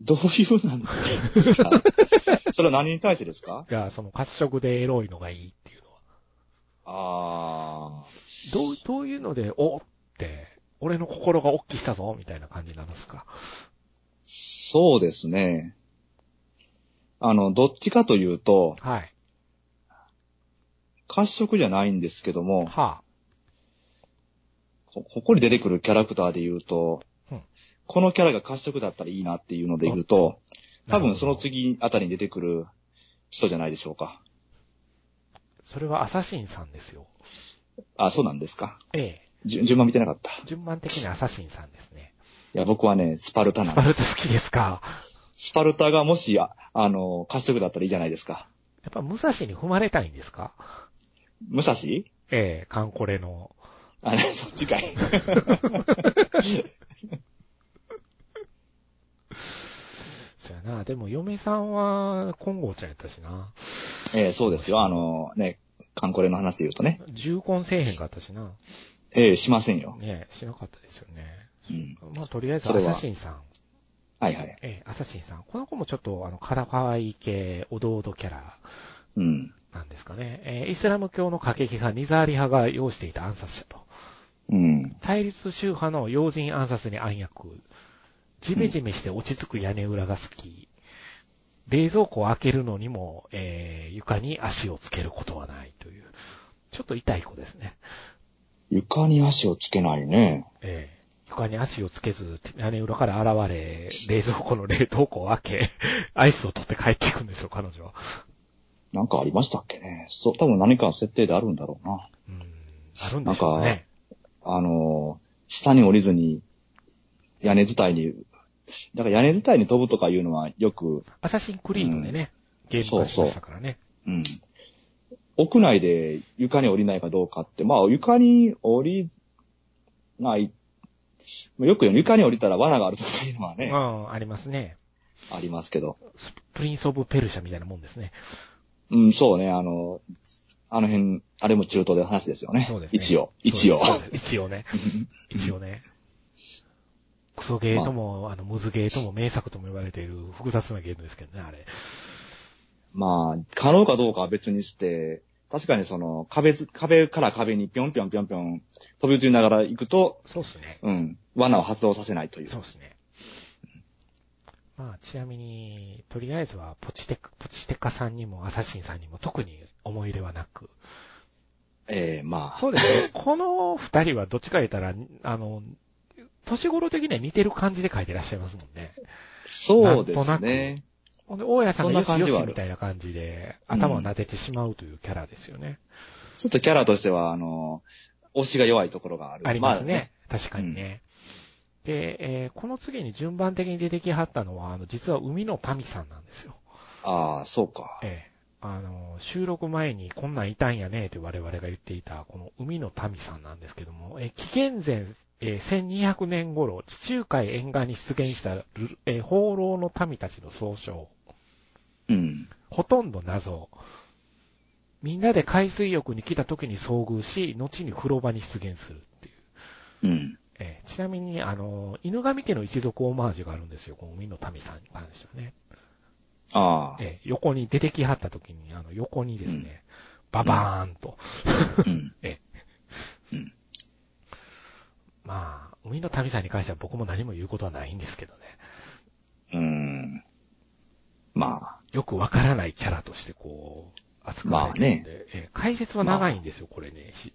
[SPEAKER 2] どういうなんです かそれは何に対してですか
[SPEAKER 1] いや、その、褐色でエロいのがいいっていうのは。
[SPEAKER 2] ああ。
[SPEAKER 1] どう、どういうので、おって、俺の心が大きしたぞ、みたいな感じなんですか。
[SPEAKER 2] そうですね。あの、どっちかというと、
[SPEAKER 1] はい。
[SPEAKER 2] 褐色じゃないんですけども、
[SPEAKER 1] は
[SPEAKER 2] こここに出てくるキャラクターで言うと、
[SPEAKER 1] うん
[SPEAKER 2] このキャラが褐色だったらいいなっていうので言うと、
[SPEAKER 1] あ。
[SPEAKER 2] 多分その。次あたりに出てくる人じゃないでしょうか。
[SPEAKER 1] それはアサシンさんですよ。
[SPEAKER 2] あ、そうなんですか。
[SPEAKER 1] ええ。
[SPEAKER 2] 順順番見てなかった。い
[SPEAKER 1] 順番的にアサシンさんですね。
[SPEAKER 2] や、僕はね、スパルタ
[SPEAKER 1] ス
[SPEAKER 2] なん
[SPEAKER 1] パ
[SPEAKER 2] で
[SPEAKER 1] ル
[SPEAKER 2] す。
[SPEAKER 1] タ好きですか。
[SPEAKER 2] スパルタがもし、ああの、褐色だったらいいじゃないですか。
[SPEAKER 1] やっぱ武蔵に踏まれたいんですか
[SPEAKER 2] 武蔵
[SPEAKER 1] ええ、カンコレの。
[SPEAKER 2] あ、 そっちかい。
[SPEAKER 1] そやな、でも嫁さんは、金剛ちゃんやったしな。
[SPEAKER 2] えーそうですよ。あのね、カンコレの話で言うとね。
[SPEAKER 1] 重婚せえへんかったしな。
[SPEAKER 2] えーしませんよ。
[SPEAKER 1] ねえ、しなかったですよね。
[SPEAKER 2] うん。
[SPEAKER 1] まあ、とりあえず、
[SPEAKER 2] そ
[SPEAKER 1] ア
[SPEAKER 2] れは
[SPEAKER 1] サシンさん。
[SPEAKER 2] はいはい。
[SPEAKER 1] ええ、アサシンさん。この子もちょっと、あの、カラカワイ系、おどおどキャラ
[SPEAKER 2] うん。
[SPEAKER 1] なんですかね。ええ、イスラム教の過激派、ニザーリ派が擁していた暗殺者と。
[SPEAKER 2] うん。
[SPEAKER 1] 対立宗派の要人暗殺に暗躍。ジメジメして落ち着く屋根裏が好き。冷蔵庫を開けるのにも、えー、床に足をつけることはないという。ちょっと痛い子ですね。
[SPEAKER 2] 床に足をつけないね。
[SPEAKER 1] えー、床に足をつけず、屋根裏から現れ、冷蔵庫の冷凍庫を開け、アイスを取って帰っていくんですよ、彼女は。
[SPEAKER 2] なんかありましたっけね。そう、多分何か設定であるんだろうな。
[SPEAKER 1] うん、あるんでしょうかね。
[SPEAKER 2] あのー下に降りずに、屋根伝いに、だから屋根伝いに飛ぶとかいうのはよく、
[SPEAKER 1] アサシンクリードでね、ゲーム化しましたからね。
[SPEAKER 2] うん。屋内で床に降りないかどうかって、まあ床に降りない、よく床に降りたら罠があるとかいうのはね、
[SPEAKER 1] うん、ありますね。
[SPEAKER 2] ありますけど。
[SPEAKER 1] プリンスオブペルシャみたいなもんですね。
[SPEAKER 2] うん、そうね、あの、あの辺、あれも中東での話ですよね。
[SPEAKER 1] そうですね
[SPEAKER 2] 一応。一応。
[SPEAKER 1] そうです一応ね。一応ね。クソゲーとも、あの、ムズゲーとも名作とも言われている複雑なゲームですけどね、あれ。
[SPEAKER 2] まあ、可能かどうかは別にして、確かにその、壁ず、壁から壁にぴょんぴょんぴょんぴょん飛び移りながら行くと、
[SPEAKER 1] そうっすね。
[SPEAKER 2] うん、罠を発動させないという。
[SPEAKER 1] そうですね。まあ、ちなみに、とりあえずは、ポチテカ、ポチテカさんにも、アサシンさんにも特に思い入れはなく。
[SPEAKER 2] ええまあ、
[SPEAKER 1] そうですね。この二人はどっちか言ったら、あの、年頃的には似てる感じで書いてらっしゃいますもんね。
[SPEAKER 2] そうで
[SPEAKER 1] なん
[SPEAKER 2] す
[SPEAKER 1] とな
[SPEAKER 2] ね。
[SPEAKER 1] ほんで、大家さんが
[SPEAKER 2] そん
[SPEAKER 1] よし
[SPEAKER 2] な感じ
[SPEAKER 1] よ
[SPEAKER 2] はある
[SPEAKER 1] しみたいな感じで、頭を撫でてしまうというキャラですよね。
[SPEAKER 2] ちょっとキャラとしては、あの、推しが弱いところがある。
[SPEAKER 1] ありますね。。確かにね。で、えーこの次に順番的に出てきはったのは、あの、実は海の民さんなんですよ。
[SPEAKER 2] まあ、ああ、そうか。
[SPEAKER 1] ええ。あの、収録前にこんなんいたんやねって我々が言っていた、この海の民さんなんですけども、え、紀元前、えー1200年頃、地中海沿岸に出現したル、えー放浪の民たちの総称。
[SPEAKER 2] うん。
[SPEAKER 1] ほとんど謎。みんなで海水浴に来た時に遭遇し、後に風呂場に出現するっていう。
[SPEAKER 2] うん。
[SPEAKER 1] えーちなみに、あの、犬神家の一族オマージュがあるんですよ、この海の民さんに関してはね。
[SPEAKER 2] ああ。
[SPEAKER 1] えー横に出てきはった時に、あの、横にですね、ババーンと。
[SPEAKER 2] うん。
[SPEAKER 1] まあ、海の民さんに関しては僕も何も言うことはないんですけどね。
[SPEAKER 2] うん。まあ、
[SPEAKER 1] よくわからないキャラとしてこう、扱われてるんで、ええ解説は長いんですよ、これね。ひ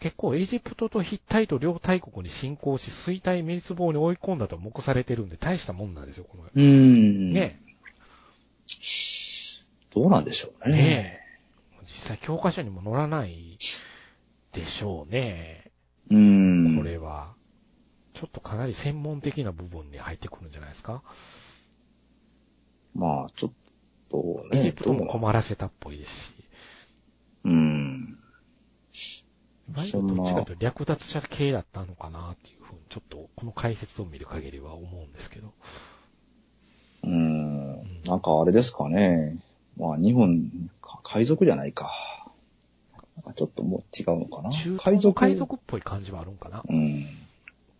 [SPEAKER 1] 結構エジプトとヒッタイと両大国に侵攻し、衰退滅亡に追い込んだと目されてるんで、大したもんなんですよ、この。
[SPEAKER 2] うーん。
[SPEAKER 1] ね
[SPEAKER 2] どうなんでしょう
[SPEAKER 1] え。
[SPEAKER 2] ね。
[SPEAKER 1] ねえ。実際教科書にも載らないでしょうね。
[SPEAKER 2] うーん。
[SPEAKER 1] これは。ちょっとかなり専門的な部分に入ってくるんじゃないですか。
[SPEAKER 2] まあ、ちょっと、
[SPEAKER 1] エ
[SPEAKER 2] ね、
[SPEAKER 1] ジプトも
[SPEAKER 2] どう
[SPEAKER 1] 困らせたっぽいですし。
[SPEAKER 2] うーん。
[SPEAKER 1] いわゆ
[SPEAKER 2] そん
[SPEAKER 1] る
[SPEAKER 2] な
[SPEAKER 1] どっちかというと略奪者系だったのかなっていうふうに、ちょっとこの解説を見る限りは思うんですけど。
[SPEAKER 2] うーん。なんかあれですかね。まあ、日本、か海賊じゃないか。なんかちょっともう違うのかな。
[SPEAKER 1] 中
[SPEAKER 2] 海
[SPEAKER 1] 東の
[SPEAKER 2] 賊。
[SPEAKER 1] 海賊っぽい感じはあるんかな。
[SPEAKER 2] うん。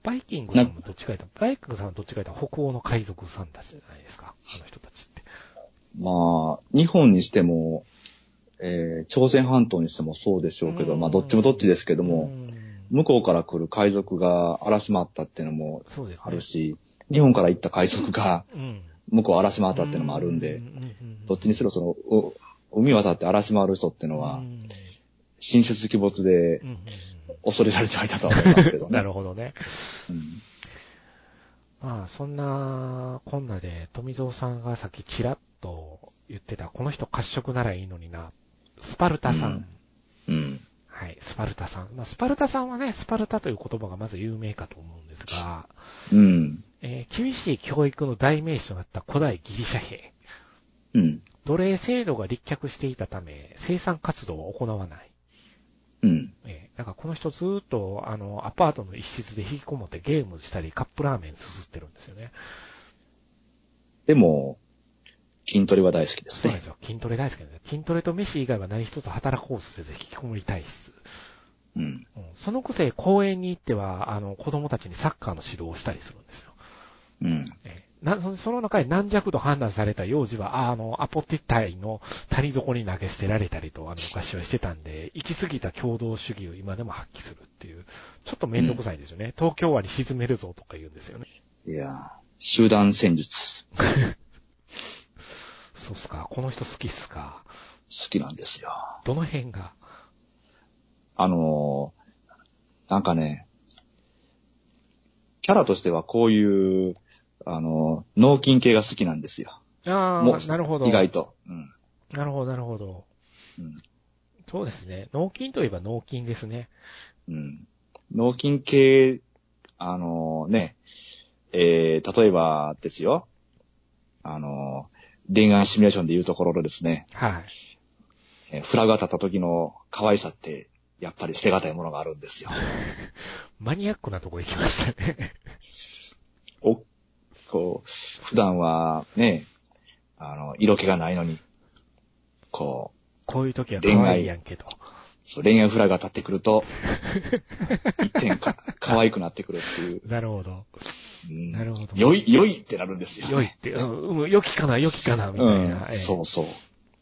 [SPEAKER 1] バイキングさんもどっちかというと、バイキングさんはどっちかというと北欧の海賊さんたちじゃないですか。あの人たちって。
[SPEAKER 2] まあ、日本にしても、えー朝鮮半島にしてもそうでしょうけ
[SPEAKER 1] う
[SPEAKER 2] ど、
[SPEAKER 1] ん
[SPEAKER 2] まあ、どっちもどっちですけど
[SPEAKER 1] う
[SPEAKER 2] も、
[SPEAKER 1] ん
[SPEAKER 2] 向こうから来る海賊が荒らしまったっていうのも
[SPEAKER 1] そうです
[SPEAKER 2] あ
[SPEAKER 1] ね
[SPEAKER 2] る。し、日本から行った海賊が
[SPEAKER 1] うん。
[SPEAKER 2] 向こう荒らし回ったっていうのもあるんで、
[SPEAKER 1] うううん
[SPEAKER 2] どっちにせろその、お海渡って荒らし回る人っていうの
[SPEAKER 1] う
[SPEAKER 2] は、
[SPEAKER 1] ん
[SPEAKER 2] 神出鬼没で
[SPEAKER 1] うんうん
[SPEAKER 2] 恐れられてはいたとは思いますけ
[SPEAKER 1] う
[SPEAKER 2] ど
[SPEAKER 1] ん な
[SPEAKER 2] ね。
[SPEAKER 1] るほどね。
[SPEAKER 2] うん
[SPEAKER 1] まあ、そんな、こんなで、富蔵さんがさっきちらっと言ってた、この人褐色ならいいのにな、スパルタさん。
[SPEAKER 2] うんうん。
[SPEAKER 1] はい、スパルタさん。まあ、スパルタさんはね、スパルタという言葉がまず有名かと思うんですが、
[SPEAKER 2] うん。
[SPEAKER 1] えー厳しい教育の代名詞となった古代ギリシャ兵。
[SPEAKER 2] うん。
[SPEAKER 1] 奴隷制度が立脚していたため、生産活動を行わない。
[SPEAKER 2] うん。
[SPEAKER 1] えー、なんかこの人ずーっと、あの、アパートの一室で引きこもってゲームしたり、カップラーメンすすってるんですよね。
[SPEAKER 2] でも、筋トレは大好きです
[SPEAKER 1] そうなん
[SPEAKER 2] ね
[SPEAKER 1] です。よ。筋トレ大好きなんですよ。筋トレと飯以外は何一つ働こうとせず引きこもり体質。
[SPEAKER 2] うん。
[SPEAKER 1] うん、そのくせ公園に行っては、あの、子供たちにサッカーの指導をしたりするんですよ。
[SPEAKER 2] うん。
[SPEAKER 1] えーなそのその中で軟弱と判断された幼児は、ああの、アポティタイの谷底に投げ捨てられたりと、あの、昔はしてたんで、行き過ぎた共同主義を今でも発揮するっていう、ちょっとめんどくさいんですよね。東京湾に沈めるぞとか言うんですよね。
[SPEAKER 2] いやー集団戦術、好
[SPEAKER 1] そうっすか、この人好きっすか。
[SPEAKER 2] きなんですよ。
[SPEAKER 1] どの辺が。
[SPEAKER 2] あのーなんかね、キャラとしてはこういう、あのー脳筋系が好きなんですよ。
[SPEAKER 1] あ
[SPEAKER 2] も
[SPEAKER 1] あ、なるほど。
[SPEAKER 2] 意外と。うん。
[SPEAKER 1] なるほど、なるほど。
[SPEAKER 2] うん
[SPEAKER 1] そうですね。脳筋といえば脳筋ですね。
[SPEAKER 2] うん。脳筋系、あのね、えー、例えばですよ、あの恋愛シミュレーションで言うところのですね、
[SPEAKER 1] はい。
[SPEAKER 2] えーフラグが立った時の可愛さって、やっぱり捨てがたいものがあるんですよ。
[SPEAKER 1] マニアックなとこ行きましたね。
[SPEAKER 2] お、こう、普段はね、あの、色気がないのに、こう、
[SPEAKER 1] こういう時は可愛いやんけど。
[SPEAKER 2] そう、恋愛フラグが立ってくると、一点か、可愛くなってくるっていう。
[SPEAKER 1] なるほど。
[SPEAKER 2] うん
[SPEAKER 1] なるほど
[SPEAKER 2] 良い、良いってなるんですよ。
[SPEAKER 1] 良いって、うん、うん良きかな、良きかな、みたいな。
[SPEAKER 2] うん、
[SPEAKER 1] ええ
[SPEAKER 2] そうそう。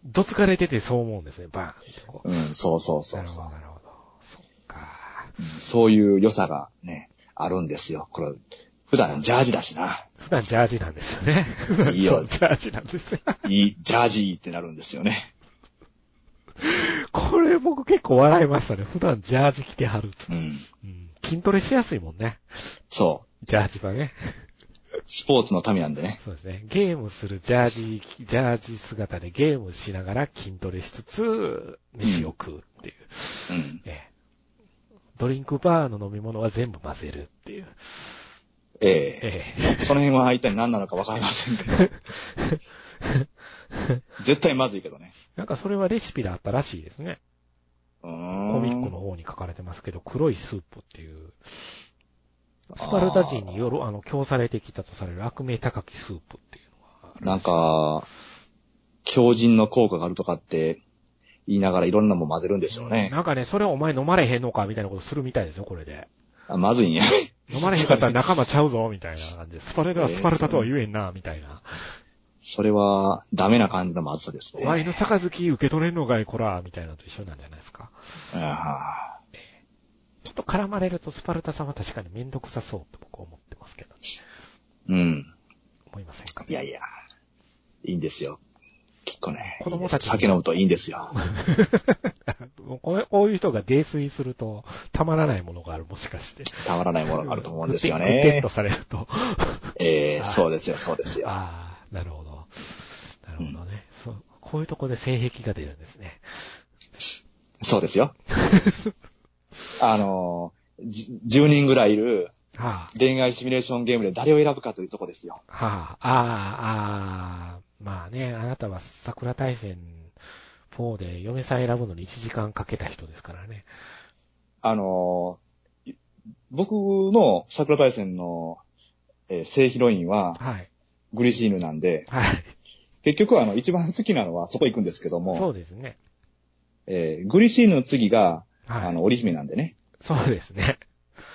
[SPEAKER 1] どつかれててそう思うんですね、バーンってこう。
[SPEAKER 2] うん、そうそうそ
[SPEAKER 1] な
[SPEAKER 2] う
[SPEAKER 1] るほ
[SPEAKER 2] そう
[SPEAKER 1] ど、なるほど。そっか。
[SPEAKER 2] うんそういう良さがね、あるんですよ。これ、普段ジャージだしな。
[SPEAKER 1] 普段ジャージなんですよね。
[SPEAKER 2] いいよ
[SPEAKER 1] そうジャージなんですよ。
[SPEAKER 2] いい、ジャージーってなるんですよね。
[SPEAKER 1] これ僕結構笑いましたね。普段ジャージ着てはるっつ
[SPEAKER 2] うん。
[SPEAKER 1] うん。筋トレしやすいもんね。
[SPEAKER 2] そ
[SPEAKER 1] ジャージはね。
[SPEAKER 2] う。スポーツの民なんでね。
[SPEAKER 1] そうですね。ゲームするジャージ、ジャージ姿でゲームしながら筋トレしつつ、飯を食うっていう。
[SPEAKER 2] うん。
[SPEAKER 1] ええドリンクバーの飲み物は全部混ぜるっていう。
[SPEAKER 2] ええ
[SPEAKER 1] え
[SPEAKER 2] その辺は一体何なのかわかりません けど。
[SPEAKER 1] え。
[SPEAKER 2] 絶対まずいけどね。
[SPEAKER 1] なんかそれはレシピであったらしいですね。
[SPEAKER 2] うーん。
[SPEAKER 1] コミックの方に書かれてますけど、黒いスープっていう、スパルタ人による、あの、供されてきたとされる悪名高きスープっていうのがある
[SPEAKER 2] なんか、強靭の効果があるとかって言いながらいろんなもん混ぜるんでしょうね。
[SPEAKER 1] なんかね、それお前飲まれへんのかみたいなことするみたいですよ、これで。
[SPEAKER 2] あまずいんや。
[SPEAKER 1] 飲まれへんかったら仲間ちゃうぞ、みたいな感じで。スパルタはスパルタとは言えんな、みたいな。
[SPEAKER 2] それはダメな感じのまずさですね。
[SPEAKER 1] お前の杯受け取れんのかい、こら、みたいなのと一緒なんじゃないですか。
[SPEAKER 2] あ
[SPEAKER 1] ちょっと絡まれるとスパルタさんは確かにめんどくさそうと僕は思ってますけど、ね、
[SPEAKER 2] ーうん。
[SPEAKER 1] 思いませんか
[SPEAKER 2] いやいや。いいんですよ。きっとね。
[SPEAKER 1] 子供たちに
[SPEAKER 2] 酒飲むといいんですよ。
[SPEAKER 1] もうこれこういう人が泥酔すると、たまらないものがある、もしかして。
[SPEAKER 2] たまらないものがあると思うんですよ
[SPEAKER 1] グテングテン
[SPEAKER 2] ね
[SPEAKER 1] と。されると。
[SPEAKER 2] ええ
[SPEAKER 1] はい
[SPEAKER 2] そうですよ、そうですよ。
[SPEAKER 1] ああ、なるほど。なるほどね。そう、こういうとこで性癖が出るんですね。
[SPEAKER 2] そうですよ。あのー、じ10人ぐらいいる
[SPEAKER 1] は
[SPEAKER 2] 恋愛シミュレーションゲームで誰を選ぶかというとこですよ。
[SPEAKER 1] あ、はあ、ああ、ああ、まあね、あなたは桜大戦4で嫁さん選ぶのに1時間かけた人ですからね。
[SPEAKER 2] あのー僕の桜大戦の、えー正ヒロインは
[SPEAKER 1] はい。
[SPEAKER 2] グリシーヌなんで、
[SPEAKER 1] はい。
[SPEAKER 2] 結局はあの一番好きなのはそこ行くんですけど
[SPEAKER 1] そ
[SPEAKER 2] も、
[SPEAKER 1] うですね。
[SPEAKER 2] えーグリシーヌの次が、
[SPEAKER 1] はい。
[SPEAKER 2] あの、織姫なんでね。
[SPEAKER 1] そうですね。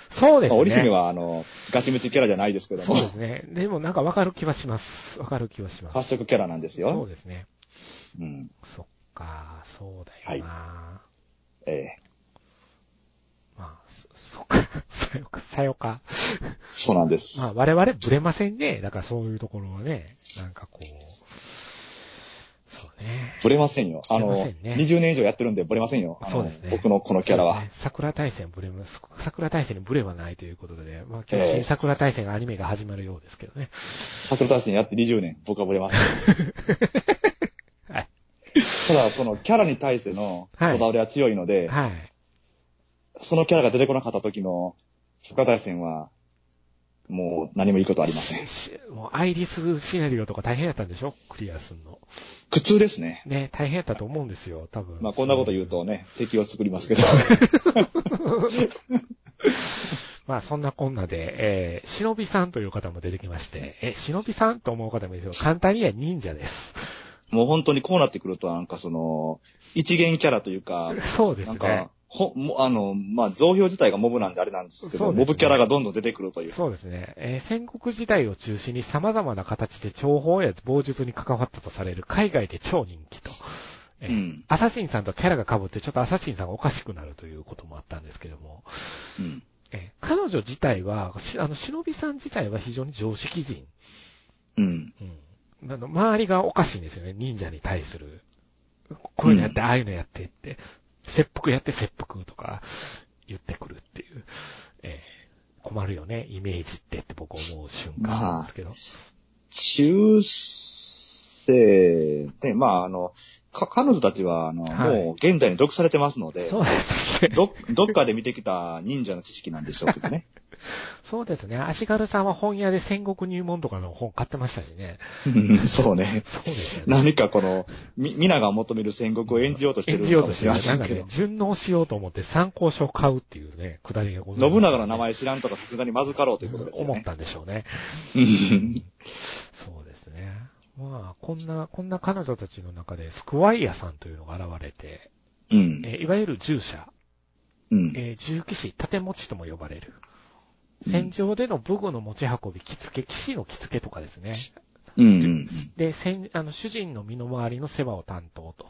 [SPEAKER 1] そうです
[SPEAKER 2] まあ
[SPEAKER 1] ね。
[SPEAKER 2] 織姫はあの、ガチムチキャラじゃないですけど
[SPEAKER 1] そ
[SPEAKER 2] も
[SPEAKER 1] う、ですね。でもなんかわかる気はします。わかる気はします。
[SPEAKER 2] 発色キャラなんです
[SPEAKER 1] そ
[SPEAKER 2] よ
[SPEAKER 1] う。ですね。
[SPEAKER 2] うん。
[SPEAKER 1] そっか、そうだよな、
[SPEAKER 2] えー
[SPEAKER 1] まあ、そ そっか、さよか、さよか。
[SPEAKER 2] そうなんです。
[SPEAKER 1] まあ、我々ブレませんね。だからそういうところはね、なんかこう、そうね。
[SPEAKER 2] ブレませんよ。あの、
[SPEAKER 1] ブレませんね
[SPEAKER 2] 20年以上やってるんでブレませんよ。あの
[SPEAKER 1] そうですね
[SPEAKER 2] 僕のこのキャラ
[SPEAKER 1] そう
[SPEAKER 2] は。
[SPEAKER 1] ですね桜大戦ブレま、桜大戦にブレはないということでね、まあ今
[SPEAKER 2] え
[SPEAKER 1] 日
[SPEAKER 2] え
[SPEAKER 1] 新桜大戦がアニメが始まるようですけどね。
[SPEAKER 2] 桜大戦やって20年、僕はブレません。
[SPEAKER 1] はい。
[SPEAKER 2] ただ、そのキャラに対してのこだわりは強いので、
[SPEAKER 1] はい。
[SPEAKER 2] そのキャラが出てこなかった時の桜大戦は、もう何も言うことはありません。
[SPEAKER 1] しもうアイリスシナリオとか大変やったんでしょクリアすんの。
[SPEAKER 2] 苦痛ですね。
[SPEAKER 1] ね、大変やったと思うんですよ、多分。
[SPEAKER 2] まあこんなこと言うとね、敵を作りますけど。
[SPEAKER 1] まあそんなこんなで、えー、忍びさんという方も出てきまして、え、忍びさんと思う方もいるけど、簡単には忍者です。
[SPEAKER 2] もう本当にこうなってくると、なんかその、一元キャラというか、
[SPEAKER 1] そうです
[SPEAKER 2] なん
[SPEAKER 1] ね
[SPEAKER 2] か。、ほ、もあの、まあ、増票自体がモブなんであれなんですけ
[SPEAKER 1] そ
[SPEAKER 2] ど、
[SPEAKER 1] うですね
[SPEAKER 2] モブキャラがどんどん出てくるという。
[SPEAKER 1] そうですね。えー戦国時代を中心に様々な形で諜報や傍術に関わったとされる海外で超人気と。えー
[SPEAKER 2] うん
[SPEAKER 1] アサシンさんとキャラが被って、ちょっとアサシンさんがおかしくなるということもあったんですけども、
[SPEAKER 2] うん。
[SPEAKER 1] えー彼女自体は、しあの、忍びさん自体は非常に常識人。
[SPEAKER 2] うん。
[SPEAKER 1] うん。あの、周りがおかしいんですよね、忍者に対する。こういうのやって、ああいうのやってって、切腹やって切腹とか言ってくるっていう。えー困るよね、イメージってって僕思う瞬間なんですけど。
[SPEAKER 2] 中世で、まあ、あの、か、彼女たちは、あの、
[SPEAKER 1] はい
[SPEAKER 2] もう現代に読されてますので、
[SPEAKER 1] そうですね。
[SPEAKER 2] ど、どっかで見てきた忍者の知識なんでしょうけどね。
[SPEAKER 1] そうですね。足軽さんは本屋で戦国入門とかの本買ってましたしね。
[SPEAKER 2] うんそうね。
[SPEAKER 1] そうですよね。
[SPEAKER 2] 何かこの、み、皆が求める戦国を演じようとしてる
[SPEAKER 1] 演じ
[SPEAKER 2] の
[SPEAKER 1] よう
[SPEAKER 2] かも
[SPEAKER 1] とし
[SPEAKER 2] してれ
[SPEAKER 1] る
[SPEAKER 2] ませ
[SPEAKER 1] なん
[SPEAKER 2] ん
[SPEAKER 1] か
[SPEAKER 2] け
[SPEAKER 1] ね
[SPEAKER 2] ど、、
[SPEAKER 1] 順応しようと思って参考書を買うっていうね、くだりがございます
[SPEAKER 2] 信長の名前知らんとかさすがにまずかろうということですよ
[SPEAKER 1] 思っ
[SPEAKER 2] ね。
[SPEAKER 1] たんでしょうね。
[SPEAKER 2] うん
[SPEAKER 1] そうですね。まあ、こんな、こんな彼女たちの中で、スクワイアさんというのが現れて、
[SPEAKER 2] うん。
[SPEAKER 1] えーいわゆる従者、
[SPEAKER 2] うん。
[SPEAKER 1] えー銃騎士、盾持ちとも呼ばれる。戦場での武具の持ち運び、着付け、騎士の着付けとかですね。
[SPEAKER 2] うん。うん。
[SPEAKER 1] で、戦あの主人の身の回りの世話を担当と。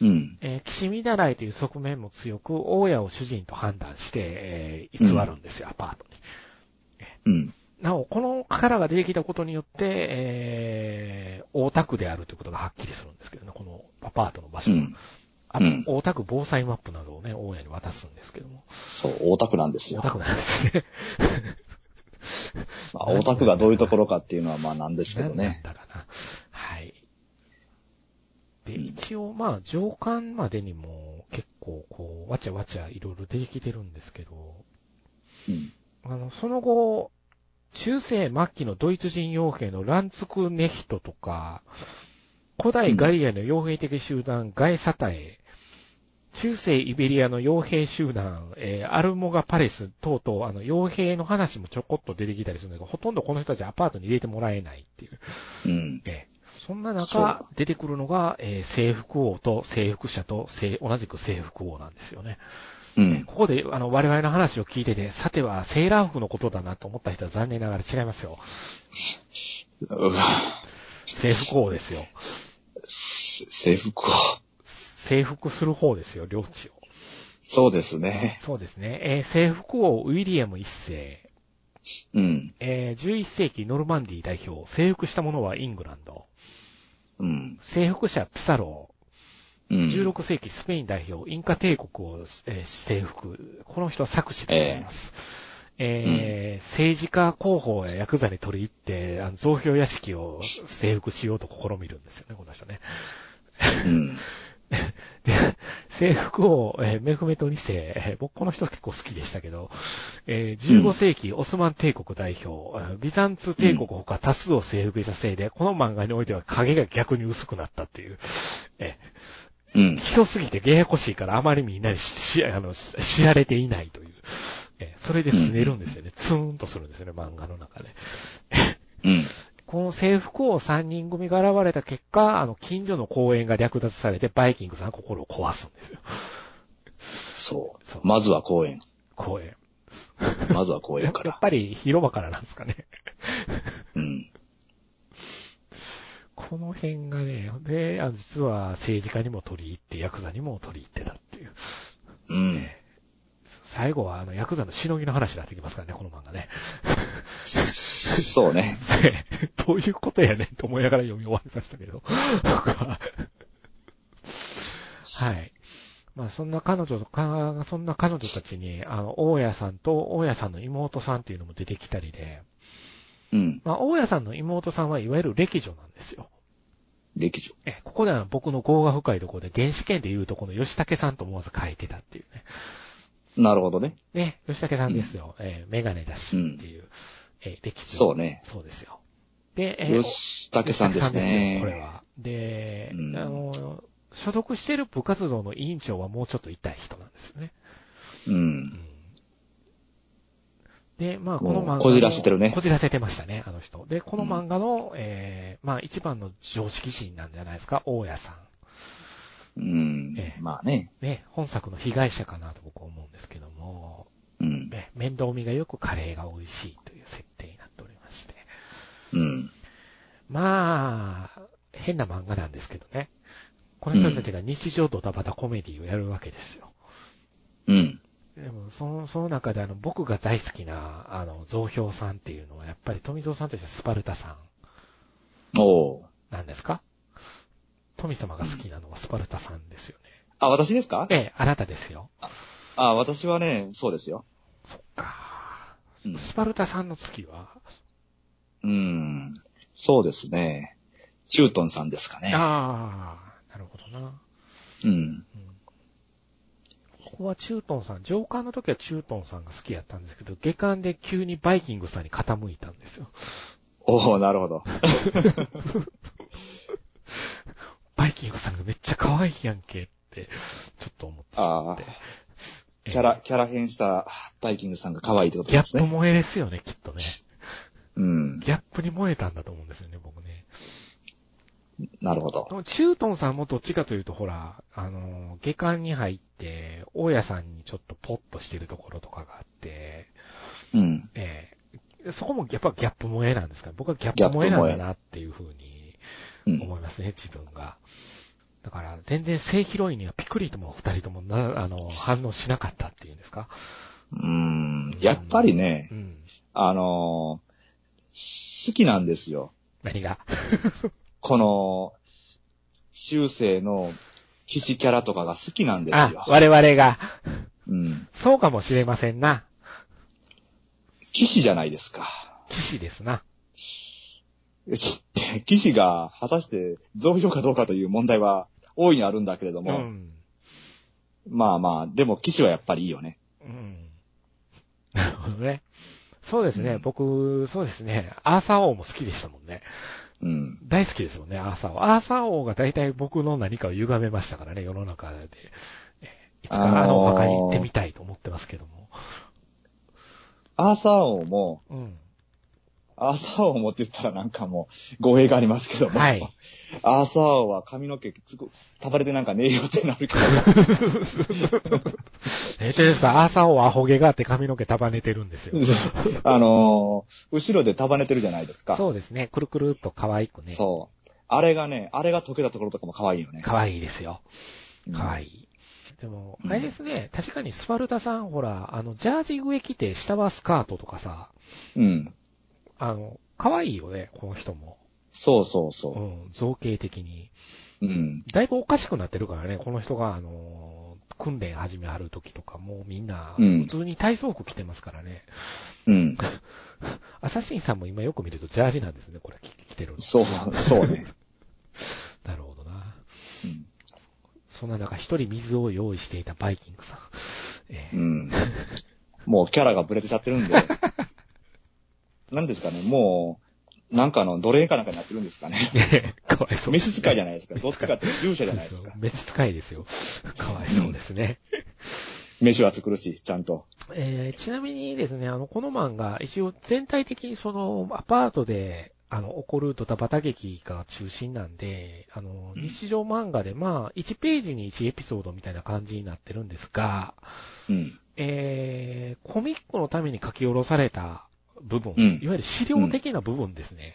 [SPEAKER 2] うん。
[SPEAKER 1] えー騎士見習いという側面も強く、大家を主人と判断して、えー偽るんですよ、アパートに。
[SPEAKER 2] うん。
[SPEAKER 1] なお、この宝が出てきたことによって、えー、大田区であるということがはっきりするんですけどね、このアパートの場所
[SPEAKER 2] う
[SPEAKER 1] が。
[SPEAKER 2] ん。
[SPEAKER 1] あ
[SPEAKER 2] うん
[SPEAKER 1] 大田区防災マップなどをね、大家に渡すんですけども。
[SPEAKER 2] そう、大田区なんです
[SPEAKER 1] 大
[SPEAKER 2] よ。
[SPEAKER 1] 田区なんですね。
[SPEAKER 2] まあ大田区がどういうところかっていうのはまあなんですけど
[SPEAKER 1] なん
[SPEAKER 2] ね。
[SPEAKER 1] だかな。はい。で、
[SPEAKER 2] うん
[SPEAKER 1] 一応、まあ、上巻までにも結構、こう、わちゃわちゃいろいろ出てきてるんですけど、
[SPEAKER 2] うん。
[SPEAKER 1] あの、その後、中世末期のドイツ人傭兵のランツクネヒトとか、古代ガリアの傭兵的集団ガエサタエ、中世イベリアの傭兵集団、えーアルモガパレス等々、あの、傭兵の話もちょこっと出てきたりするんだけど、ほとんどこの人たちアパートに入れてもらえないっていう。
[SPEAKER 2] うん。
[SPEAKER 1] ええそんな
[SPEAKER 2] そう
[SPEAKER 1] 中、出てくるのが、えー征服王と征服者と征同じく征服王なんですよね。
[SPEAKER 2] うん。
[SPEAKER 1] ここで、あの、我々の話を聞いてて、さては、セーラー服のことだなと思った人は残念ながら違いますよ。
[SPEAKER 2] うわ
[SPEAKER 1] 制服王ですよ。
[SPEAKER 2] せ制服を。
[SPEAKER 1] 征服する方ですよ、領地を。
[SPEAKER 2] そうですね。
[SPEAKER 1] そうですね。えー征服王ウィリアム一世。
[SPEAKER 2] うん。
[SPEAKER 1] えー11世紀ノルマンディ代表。征服した者はイングランド。
[SPEAKER 2] うん。
[SPEAKER 1] 征服者ピサロ。
[SPEAKER 2] うん。
[SPEAKER 1] 16世紀スペイン代表、インカ帝国を、えー征服。この人は作詞でございます。えー政治家候補やヤクザに取り入って、あの、造票屋敷を征服しようと試みるんですよね、この人ね。
[SPEAKER 2] うん。
[SPEAKER 1] で、征服を、えーメフメト2世、えー僕この人結構好きでしたけど、えー15世紀オスマン帝国代表、えービザンツ帝国他多数を征服したせいで、この漫画においては影が逆に薄くなったっていう、えー
[SPEAKER 2] うん。
[SPEAKER 1] 広すぎてややこしいからあまりみんなにしあのし知られていないという。えーそれで拗ねるんですよね。ツーンとするんですよね、漫画の中で。
[SPEAKER 2] うん。
[SPEAKER 1] この制服王3人組が現れた結果、あの、近所の公園が略奪されて、バイキングさんは心を壊すんですよ。
[SPEAKER 2] そ
[SPEAKER 1] そう
[SPEAKER 2] う。まずは公園。
[SPEAKER 1] 公園。
[SPEAKER 2] まずは公
[SPEAKER 1] や
[SPEAKER 2] 園
[SPEAKER 1] っ
[SPEAKER 2] から。
[SPEAKER 1] ぱり広場からなんですかね。
[SPEAKER 2] うん。
[SPEAKER 1] この辺がね、で、あの実は政治家にも取り入って、ヤクザにも取り入ってたっていう。
[SPEAKER 2] うん。
[SPEAKER 1] 最後は、あの、ヤクザのしのぎの話になってきますからね、この漫画ね。
[SPEAKER 2] そうね。
[SPEAKER 1] ね どういうことやねんと思いながら読み終わりましたけど。 僕ははい。まあ、そんな彼女とか、そんな彼女たちに、あの、大家さんと大家さんの妹さんっていうのも出てきたりで、
[SPEAKER 2] うん。
[SPEAKER 1] まあ、大家さんの妹さんはいわゆる歴女なんですよ。
[SPEAKER 2] 劇場。
[SPEAKER 1] え、ここでは僕の業が深いところで、電子圏で言うとこの吉武さんと思わず書いてたっていうね。
[SPEAKER 2] なるほどね。
[SPEAKER 1] ね、吉武さんですよ。えーメガネだしっていう、えー歴女。
[SPEAKER 2] そうね。
[SPEAKER 1] そうですよ。で、えー
[SPEAKER 2] 吉武さんですね。
[SPEAKER 1] これは。で、
[SPEAKER 2] うん
[SPEAKER 1] あの、所属してる部活動の委員長はもうちょっと痛い人なんですよね。
[SPEAKER 2] うん。
[SPEAKER 1] で、まあ、こ
[SPEAKER 2] もう
[SPEAKER 1] の漫画の。
[SPEAKER 2] こじらせてるね
[SPEAKER 1] こじらせてましたね、あの人。で、この漫画の、えーまあ、一番の常識人なんじゃないですか、大家さ
[SPEAKER 2] うん
[SPEAKER 1] ええ。
[SPEAKER 2] まあね。
[SPEAKER 1] ん。ね、本作の被害者かなと僕は思うんですけども、
[SPEAKER 2] うん。
[SPEAKER 1] ね、面倒見がよくカレーが美味しいという設定になっておりまして。
[SPEAKER 2] うん。
[SPEAKER 1] まあ、変な漫画なんですけどね。この人たちが日常ドタバタコメディをやるわけですよ。
[SPEAKER 2] うん。
[SPEAKER 1] でも、その、その中であの、僕が大好きな、あの、増票さんっていうのは、やっぱり富蔵さんとしてはスパルタさん
[SPEAKER 2] おう
[SPEAKER 1] なんですか富様が好きなのはスパルタさんですよ
[SPEAKER 2] あ、私ですか
[SPEAKER 1] ね。ええ、あなたですよ。
[SPEAKER 2] あ、私はね、そうですよ。
[SPEAKER 1] そっか。
[SPEAKER 2] うん
[SPEAKER 1] スパルタさんの月は、
[SPEAKER 2] うん。そうですね。チュートンさんですかね。
[SPEAKER 1] ああ、なるほどな。
[SPEAKER 2] うん。
[SPEAKER 1] ここはチュートンさん、上巻の時はチュートンさんが好きやったんですけど、下巻で急にバイキングさんに傾いたんですよ。
[SPEAKER 2] おおなるほど。
[SPEAKER 1] バイキングさんがめっちゃ可愛いやんけって、ちょっと思ってしまって
[SPEAKER 2] あ。キャラ、キャラ変したバイキングさんが可愛いってこと
[SPEAKER 1] ギャ
[SPEAKER 2] です
[SPEAKER 1] ップ
[SPEAKER 2] ね。
[SPEAKER 1] 萌えですよね、きっとね。
[SPEAKER 2] うん。
[SPEAKER 1] ギャップに萌えたんだと思うんですよね、僕ね。
[SPEAKER 2] なるほど
[SPEAKER 1] で。もチュートンさんもどっちかというと、ほら、あの、下巻に入って、大家さんにちょっとポッとしてるところとかがあって、
[SPEAKER 2] うん。
[SPEAKER 1] ええそこもやっぱギャップ萌えなんですかね。僕はギャップ萌えなんだなっていうふうに
[SPEAKER 2] うん。
[SPEAKER 1] 思いますね、自分が。だから、全然正ヒロインにはピクリとも二人ともな、あの、反応しなかったっていうんですか。
[SPEAKER 2] うん。やっぱりね
[SPEAKER 1] う、ん。
[SPEAKER 2] あのー好きなんですよ。
[SPEAKER 1] 何が。
[SPEAKER 2] この、中世の騎士キャラとかが好きなんです
[SPEAKER 1] あ、
[SPEAKER 2] よ。
[SPEAKER 1] 我々が、
[SPEAKER 2] うん。
[SPEAKER 1] そうかもしれませんな。
[SPEAKER 2] 騎士じゃないですか。
[SPEAKER 1] 騎士ですな。
[SPEAKER 2] ち騎士が果たして増量かどうかという問題は大いにあるんだけれど
[SPEAKER 1] う
[SPEAKER 2] も、
[SPEAKER 1] ん。
[SPEAKER 2] まあまあ、でも騎士はやっぱりいいよね。
[SPEAKER 1] うん。なるほどね。そうですね、
[SPEAKER 2] うん
[SPEAKER 1] 僕、そうですね、アーサー王も好きでしたもんね。
[SPEAKER 2] うん。
[SPEAKER 1] 大好きですもんね、アーサー王。アーサー王が大体僕の何かを歪めましたからね、世の中で。えいつ
[SPEAKER 2] あのー
[SPEAKER 1] かあのお墓に行ってみたいと思ってますけども。
[SPEAKER 2] アーサー王も、
[SPEAKER 1] うん。
[SPEAKER 2] アーサー王もって言ったらなんかもう語弊がありますけども、
[SPEAKER 1] はい。
[SPEAKER 2] アーサー王は髪の毛つく、束ねてなんかねえよってな るけど、
[SPEAKER 1] え、とですか、アーサー王はアホ毛があって髪の毛束ねてるんですよ。
[SPEAKER 2] あのー後ろで束ねてるじゃないですか。
[SPEAKER 1] そうですね、くるくるっと可愛くね。
[SPEAKER 2] そう。あれがね、あれが溶けたところとかも可愛いよね。
[SPEAKER 1] 可愛いですよ。可
[SPEAKER 2] い。
[SPEAKER 1] 愛い。でも、あれですね、確かにスパルタさん、ほら、あの、ジャージ上着て、下はスカートとかさ、
[SPEAKER 2] うん。
[SPEAKER 1] あの、可愛いよね、この人も。
[SPEAKER 2] そうそう
[SPEAKER 1] う
[SPEAKER 2] そ
[SPEAKER 1] ん、造形的に。
[SPEAKER 2] う。うん。
[SPEAKER 1] だいぶおかしくなってるからね、この人が、あのー、訓練始めはる時とか、もうみんな、
[SPEAKER 2] うん
[SPEAKER 1] 普通に体操服着てますからね。
[SPEAKER 2] うん。
[SPEAKER 1] アサシンさんも今よく見るとジャージなんですね、これ着着てるの。
[SPEAKER 2] そう、そうね。
[SPEAKER 1] なるほどな。
[SPEAKER 2] うん
[SPEAKER 1] そんな中、一人水を用意していたバイキングさん。え
[SPEAKER 2] う
[SPEAKER 1] ー
[SPEAKER 2] ん。もうキャラがブレてちゃってるんで。なんですかね、もう、なんかの奴隷かなんかになってるんですかね。
[SPEAKER 1] かわいそう。
[SPEAKER 2] 飯使いじゃないですか。どっちかって従者じゃないで
[SPEAKER 1] そう
[SPEAKER 2] す
[SPEAKER 1] そう
[SPEAKER 2] か。
[SPEAKER 1] 召使いですよ。かわいそうですね。
[SPEAKER 2] 飯は作るし、ちゃんと。
[SPEAKER 1] えーちなみにですね、あの、この漫画、一応全体的にその、アパートで、あの、起こるドタバタ劇が中心なんで、あの、日常漫画で、まあ、1ページに1エピソードみたいな感じになってるんですが、
[SPEAKER 2] うん。
[SPEAKER 1] えーコミックのために書き下ろされた部分、
[SPEAKER 2] うん
[SPEAKER 1] いわゆる資料的な部分ですね。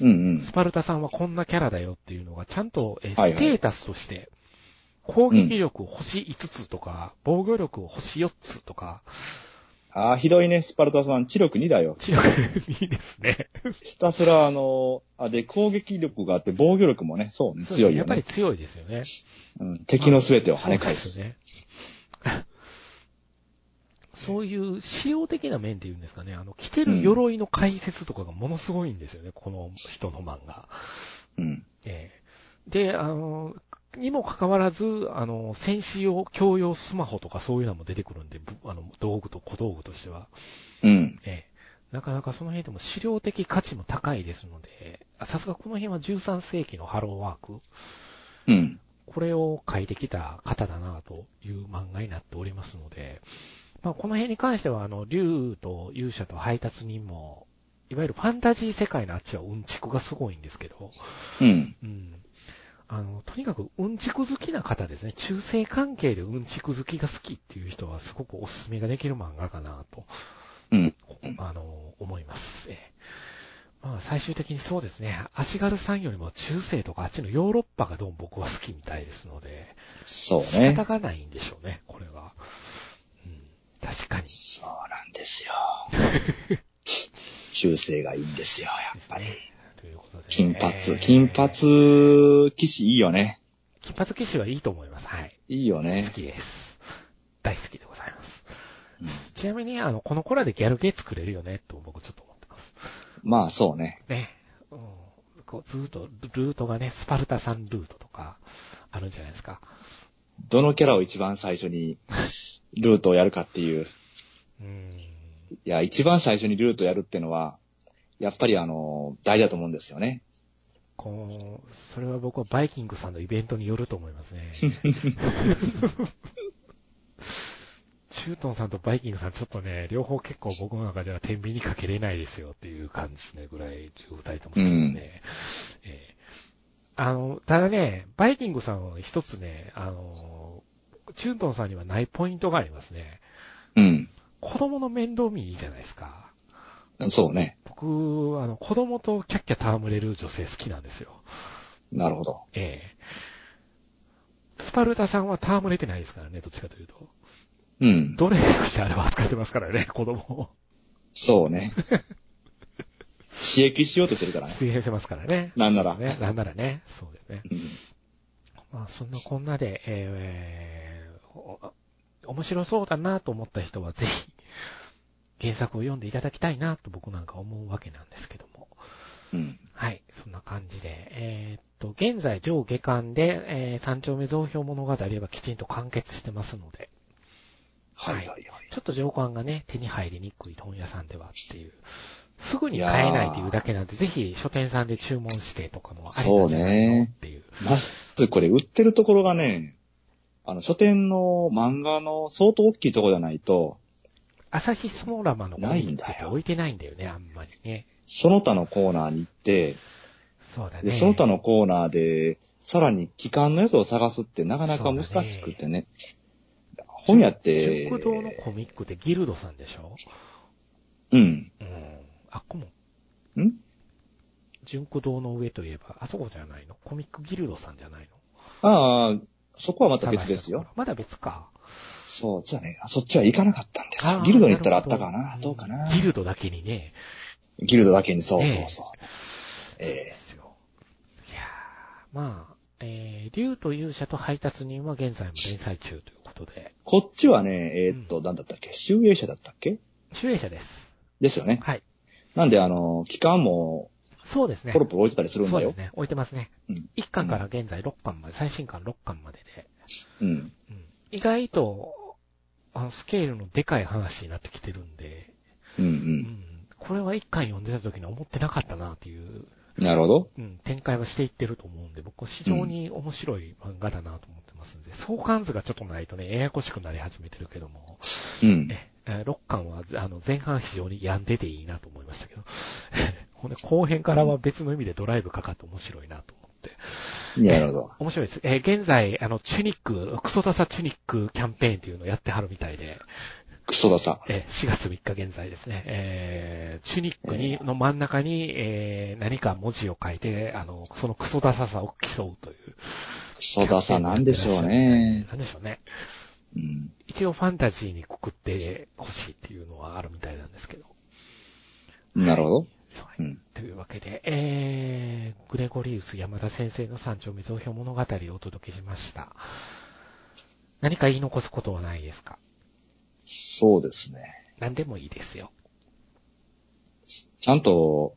[SPEAKER 2] うんうん
[SPEAKER 1] ス。パルタさんはこんなキャラだよっていうのが、ちゃんと、えー
[SPEAKER 2] はいは
[SPEAKER 1] ス
[SPEAKER 2] い
[SPEAKER 1] テータスとして、攻撃力星5つとか、防御力星4つとか、
[SPEAKER 2] ああ、ひどいね、スパルタさん。知力2だよ。
[SPEAKER 1] 知力いいですね。
[SPEAKER 2] ひたすら、あの、あ、で、攻撃力があって、防御力もね、そうね、強い
[SPEAKER 1] や
[SPEAKER 2] よ
[SPEAKER 1] っぱり
[SPEAKER 2] ね。
[SPEAKER 1] 強いですよね。
[SPEAKER 2] うん、敵のすべてを跳ね返す。
[SPEAKER 1] そうですね。そういう、仕様的な面っていうんですかね、あの、着てる鎧の解説とかがものすごいんですよね、この人の漫画。
[SPEAKER 2] うん。
[SPEAKER 1] ええで、あの、にもかかわらず、あの、戦士用、教養スマホとかそういうのも出てくるんで、ぶあの、道具と小道具としては。
[SPEAKER 2] うん。
[SPEAKER 1] ええなかなかその辺でも資料的価値も高いですので、あさすがこの辺は13世紀のハローワーク、
[SPEAKER 2] うん。
[SPEAKER 1] これを書いてきた方だなという漫画になっておりますので、まあ、この辺に関しては、あの、竜と勇者と配達人も、いわゆるファンタジー世界のあっちはうんちくがすごいんですけど、
[SPEAKER 2] うん。
[SPEAKER 1] うん。あの、とにかくうんちく好きな方ですね。中性関係でうんちく好きが好きっていう人はすごくおすすめができる漫画かなと、
[SPEAKER 2] うん。
[SPEAKER 1] あの、思います。ええまあ最終的にそうですね。足軽さんよりも中世とかあっちのヨーロッパがどうも僕は好きみたいですので、
[SPEAKER 2] そう
[SPEAKER 1] 仕
[SPEAKER 2] ね
[SPEAKER 1] 方。がないんでしょうね、これは。うん、確かに。
[SPEAKER 2] そうなんですよ。中世がいいんですよ、や
[SPEAKER 1] で
[SPEAKER 2] っ
[SPEAKER 1] す
[SPEAKER 2] ぱり。
[SPEAKER 1] ね。ということで、
[SPEAKER 2] 金髪
[SPEAKER 1] え、ー
[SPEAKER 2] 金髪騎士いいよね。
[SPEAKER 1] 金髪騎士はいいと思います。はい。
[SPEAKER 2] いいよね
[SPEAKER 1] 好。きです。大好きでございます。
[SPEAKER 2] うん
[SPEAKER 1] ちなみに、あの、この子らでギャルゲー作れるよね、と僕ちょっと思ってます。
[SPEAKER 2] まあそうね。
[SPEAKER 1] ね。うん、こうずーっと、ルートがね、スパルタさんルートとか、あるんじゃないですか。
[SPEAKER 2] どのキャラを一番最初にルートをやるかっていう。
[SPEAKER 1] うーん。
[SPEAKER 2] いや、一番最初にルートやるってのは、やっぱりあの、大事だと思うんですよね。
[SPEAKER 1] こう、それは僕はバイキングさんのイベントによると思いますね。チュートンさんとバイキングさん、ちょっとね、両方結構僕の中では天秤にかけれないですよっていう感じねぐらい、お二人とも好きなんで、えあの、ただね、バイキングさんは一つね、あの、チュントンさんにはないポイントがありますね。
[SPEAKER 2] うん。
[SPEAKER 1] 子供の面倒見いいじゃないですか。
[SPEAKER 2] そうね。
[SPEAKER 1] 僕、あの、子供とキャッキャ戯れる女性好きなんですよ。
[SPEAKER 2] なるほど。
[SPEAKER 1] ええ。スパルタさんは戯れてないですからね、どっちかというと。
[SPEAKER 2] うん。
[SPEAKER 1] 奴隷としてあれは扱ってますからね、 子供を。
[SPEAKER 2] そうね。刺激しようとしてるからね。
[SPEAKER 1] 水平してますからね。
[SPEAKER 2] なんなら。
[SPEAKER 1] ね、なんならね、そうですね。
[SPEAKER 2] うん
[SPEAKER 1] まあ、そんなこんなで、えーお面白そうだなと思った人はぜひ、原作を読んでいただきたいなと僕なんか思うわけなんですけども。
[SPEAKER 2] うん。
[SPEAKER 1] はい、そんな感じで。えーっと、現在上下巻で、えー三丁目増票物語はきちんと完結してますので、
[SPEAKER 2] はいはいはい。
[SPEAKER 1] ちょっと上巻がね、手に入りにくい本屋さんではっていう、すぐに買えないっていうだけなんで、ぜひ書店さんで注文してとかもありなんじゃないのっていう。
[SPEAKER 2] まず、これ売ってるところがね、あの、書店の漫画の相当大きいところじゃないと、
[SPEAKER 1] 朝日スモーラマのコミック
[SPEAKER 2] ない
[SPEAKER 1] っ
[SPEAKER 2] んだ
[SPEAKER 1] て
[SPEAKER 2] よ
[SPEAKER 1] 置いてないんだよね、あんまりね。
[SPEAKER 2] その他のコーナーに行って、
[SPEAKER 1] そうだね。
[SPEAKER 2] で、その他のコーナーで、さらに期間のやつを探すってなかなか難しくてね。本屋って、
[SPEAKER 1] 食堂のコミックってギルドさんでしょ
[SPEAKER 2] うん。
[SPEAKER 1] うん。あっこも、
[SPEAKER 2] ん
[SPEAKER 1] 純駆堂の上といえば、あそこじゃないのコミックギルドさんじゃないの
[SPEAKER 2] ああ、そこはまた別ですよ。。
[SPEAKER 1] まだ別か。
[SPEAKER 2] そう、じゃあね、そっちは行かなかったんです
[SPEAKER 1] あ
[SPEAKER 2] よ。
[SPEAKER 1] ー
[SPEAKER 2] ギルドに行ったらあったか
[SPEAKER 1] る
[SPEAKER 2] な
[SPEAKER 1] ほ
[SPEAKER 2] どうかな
[SPEAKER 1] ギルドだけにね。
[SPEAKER 2] ギルドだけに、そ
[SPEAKER 1] ええ
[SPEAKER 2] うそうそうそう。
[SPEAKER 1] で
[SPEAKER 2] え
[SPEAKER 1] すよ。いやー、まあ、えー、竜と勇者と配達人は現在も連載中ということで
[SPEAKER 2] え、こっちはね、えーっ
[SPEAKER 1] う
[SPEAKER 2] と、なんだったっけ集英社だったっけ
[SPEAKER 1] 主演者です。
[SPEAKER 2] ですよね。
[SPEAKER 1] はい。
[SPEAKER 2] なんで、あの、期間も
[SPEAKER 1] そうですね
[SPEAKER 2] ポ。ロポロ置いてたりするん
[SPEAKER 1] そう
[SPEAKER 2] だ
[SPEAKER 1] で
[SPEAKER 2] よ
[SPEAKER 1] す。ね。置いてますね。
[SPEAKER 2] うん
[SPEAKER 1] 1巻から現在6巻まで、最新巻6巻までで。
[SPEAKER 2] うん。
[SPEAKER 1] うん意外と、あの、スケールのでかい話になってきてるんで、
[SPEAKER 2] うんう。
[SPEAKER 1] うんん、これは1巻読んでた時に思ってなかったなっていう、
[SPEAKER 2] なるほど。
[SPEAKER 1] うん、展開はしていってると思うんで、僕は非常に面白い漫画だなと思ってますんで、相関図がちょっとないとね、ややこしくなり始めてるけども、
[SPEAKER 2] うん。
[SPEAKER 1] ええ6巻は、あの、前半非常に病んでていいなと思いましたけど、 ほんで後編からは別の意味でドライブかかって面白いなと思って、
[SPEAKER 2] なるほど。
[SPEAKER 1] 面白いです。えー現在、あの、チュニック、クソダサチュニックキャンペーンっていうのをやってはるみたいで、
[SPEAKER 2] クソださ。
[SPEAKER 1] えー4月3日現在ですね、えーチュニックに、の真ん中に、えー何か文字を書いて、あの、そのクソダサさを競うという。
[SPEAKER 2] クソださなんでしょうね。
[SPEAKER 1] なんでしょうね。
[SPEAKER 2] うん。
[SPEAKER 1] 一応ファンタジーにくくってほしいっていうのはあるみたいなんですけど。
[SPEAKER 2] なるほど。。
[SPEAKER 1] そううんというわけで、えー、グレゴリウス山田先生の山頂未造表物語をお届けしました。何か言い残すことはないですか
[SPEAKER 2] そうですね。
[SPEAKER 1] 何でもいいですよ。
[SPEAKER 2] ちゃんと、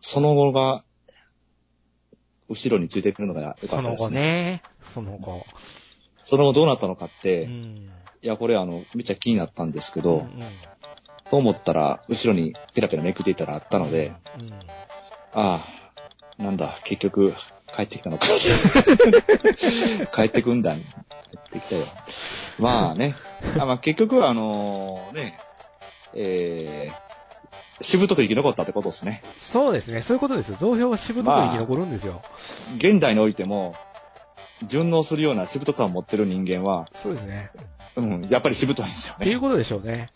[SPEAKER 2] その後が、後ろについてくるのが良か
[SPEAKER 1] そ
[SPEAKER 2] った
[SPEAKER 1] の
[SPEAKER 2] です
[SPEAKER 1] 後
[SPEAKER 2] ね。
[SPEAKER 1] ね、その後。
[SPEAKER 2] その後どうなったのかっ
[SPEAKER 1] う
[SPEAKER 2] て、い
[SPEAKER 1] ん。
[SPEAKER 2] や、これあの、めっちゃ気になったんですけ
[SPEAKER 1] う
[SPEAKER 2] ど、
[SPEAKER 1] んうん
[SPEAKER 2] と思ったら、後ろにペラペラめくっていたらあったので、
[SPEAKER 1] うん
[SPEAKER 2] ああ、なんだ、結局、帰ってきたのか。 帰ってくんだ。帰ってきたよ。まあね。あまあ結局は、あのね、えー、しぶとく生き残ったってことですね。
[SPEAKER 1] そうですね、そういうことですよ。増票はしぶとく生き残るんですよ。
[SPEAKER 2] 現代においても、順応するようなしぶとさを持ってる人間は、
[SPEAKER 1] そうですね。
[SPEAKER 2] うん、やっぱりしぶといんですよ
[SPEAKER 1] っていう
[SPEAKER 2] ね。
[SPEAKER 1] ことでしょうね。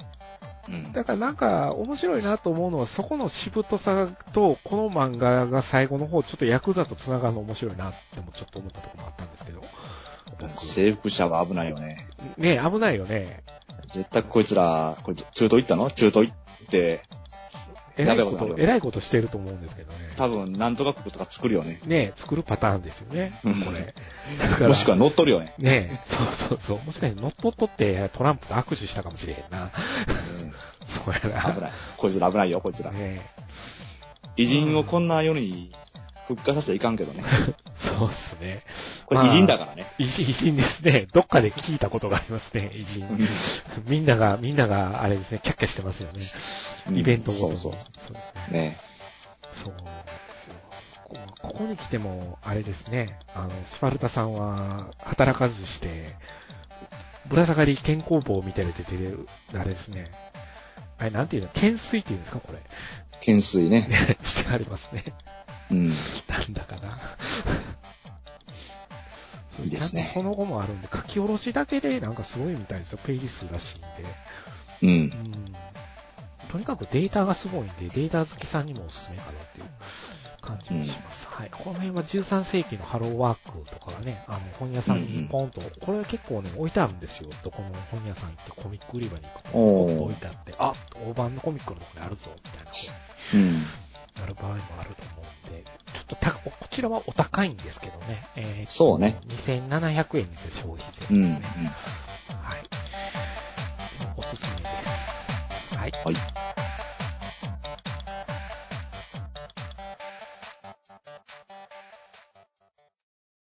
[SPEAKER 2] うん
[SPEAKER 1] だからなんか面白いなと思うのは、そこのしぶとさと、この漫画が最後の方、ちょっとヤクザと繋がるの面白いなってもちょっと思ったところもあったんですけど。
[SPEAKER 2] 征服者は危ないよね。
[SPEAKER 1] ねえ危ないよね。
[SPEAKER 2] 絶対こいつら、これ中東行ったの中東行って、
[SPEAKER 1] えらい
[SPEAKER 2] やべえ
[SPEAKER 1] こ
[SPEAKER 2] こと
[SPEAKER 1] と、
[SPEAKER 2] だ
[SPEAKER 1] えらいことしてると思うんですけどね。
[SPEAKER 2] 多分なんとか国とか作るよね。
[SPEAKER 1] ねえ作るパターンですよね、
[SPEAKER 2] うん
[SPEAKER 1] こ れ。だから
[SPEAKER 2] もしくは乗っ取るよね。
[SPEAKER 1] ねえ、そうそうそう。もしかして乗っ取っとってトランプと握手したかもしれへんな。そうや
[SPEAKER 2] 危
[SPEAKER 1] な。
[SPEAKER 2] ない。こいつら危ないよ、こいつら。
[SPEAKER 1] ね
[SPEAKER 2] 偉人をこんな世に復活させてはいかんけどね。
[SPEAKER 1] え、そうっすね。
[SPEAKER 2] これ偉人だからね。
[SPEAKER 1] 偉人偉人ですね。どっかで聞いたことがありますね、偉人。 みんなが、みんなが、あれですね、キャッキャしてますよね。
[SPEAKER 2] うん
[SPEAKER 1] イベントごとに
[SPEAKER 2] そうそう
[SPEAKER 1] そうですね。
[SPEAKER 2] ね
[SPEAKER 1] そうなんですよ。こここに来ても、あれですね、あの、スパルタさんは働かずして、ぶら下がり健康棒みたいなの出てる、あれですね。 あれ、なんていうの懸垂っていうんですか、これ。
[SPEAKER 2] 懸垂ね。
[SPEAKER 1] してありますね。
[SPEAKER 2] うん。
[SPEAKER 1] なんだかな。
[SPEAKER 2] いいですね
[SPEAKER 1] ちゃんとその後もあるんで、書き下ろしだけでなんかすごいみたいですよ。ページ数らしいんで。
[SPEAKER 2] うん。
[SPEAKER 1] うん。とにかくデータがすごいんで、データ好きさんにもおすすめかなっていう感じがします。はい。この辺は13世紀のハローワークとかがね、あの、本屋さんにポンと、これ結構ね、置いてあるんですよ。どこの本屋さん行ってコミック売り場に行くと、
[SPEAKER 2] おー
[SPEAKER 1] ポンと置いてあって、あ、大判のコミックのとこにあるぞ、みたいな。
[SPEAKER 2] うん。
[SPEAKER 1] なる場合もあると思うんで、ちょっとた、こちらはお高いんですけどね。えー
[SPEAKER 2] そうね。
[SPEAKER 1] 2700円ですよ、消費税、
[SPEAKER 2] うん。うん
[SPEAKER 1] はい。おすすめです。はい。
[SPEAKER 2] はい。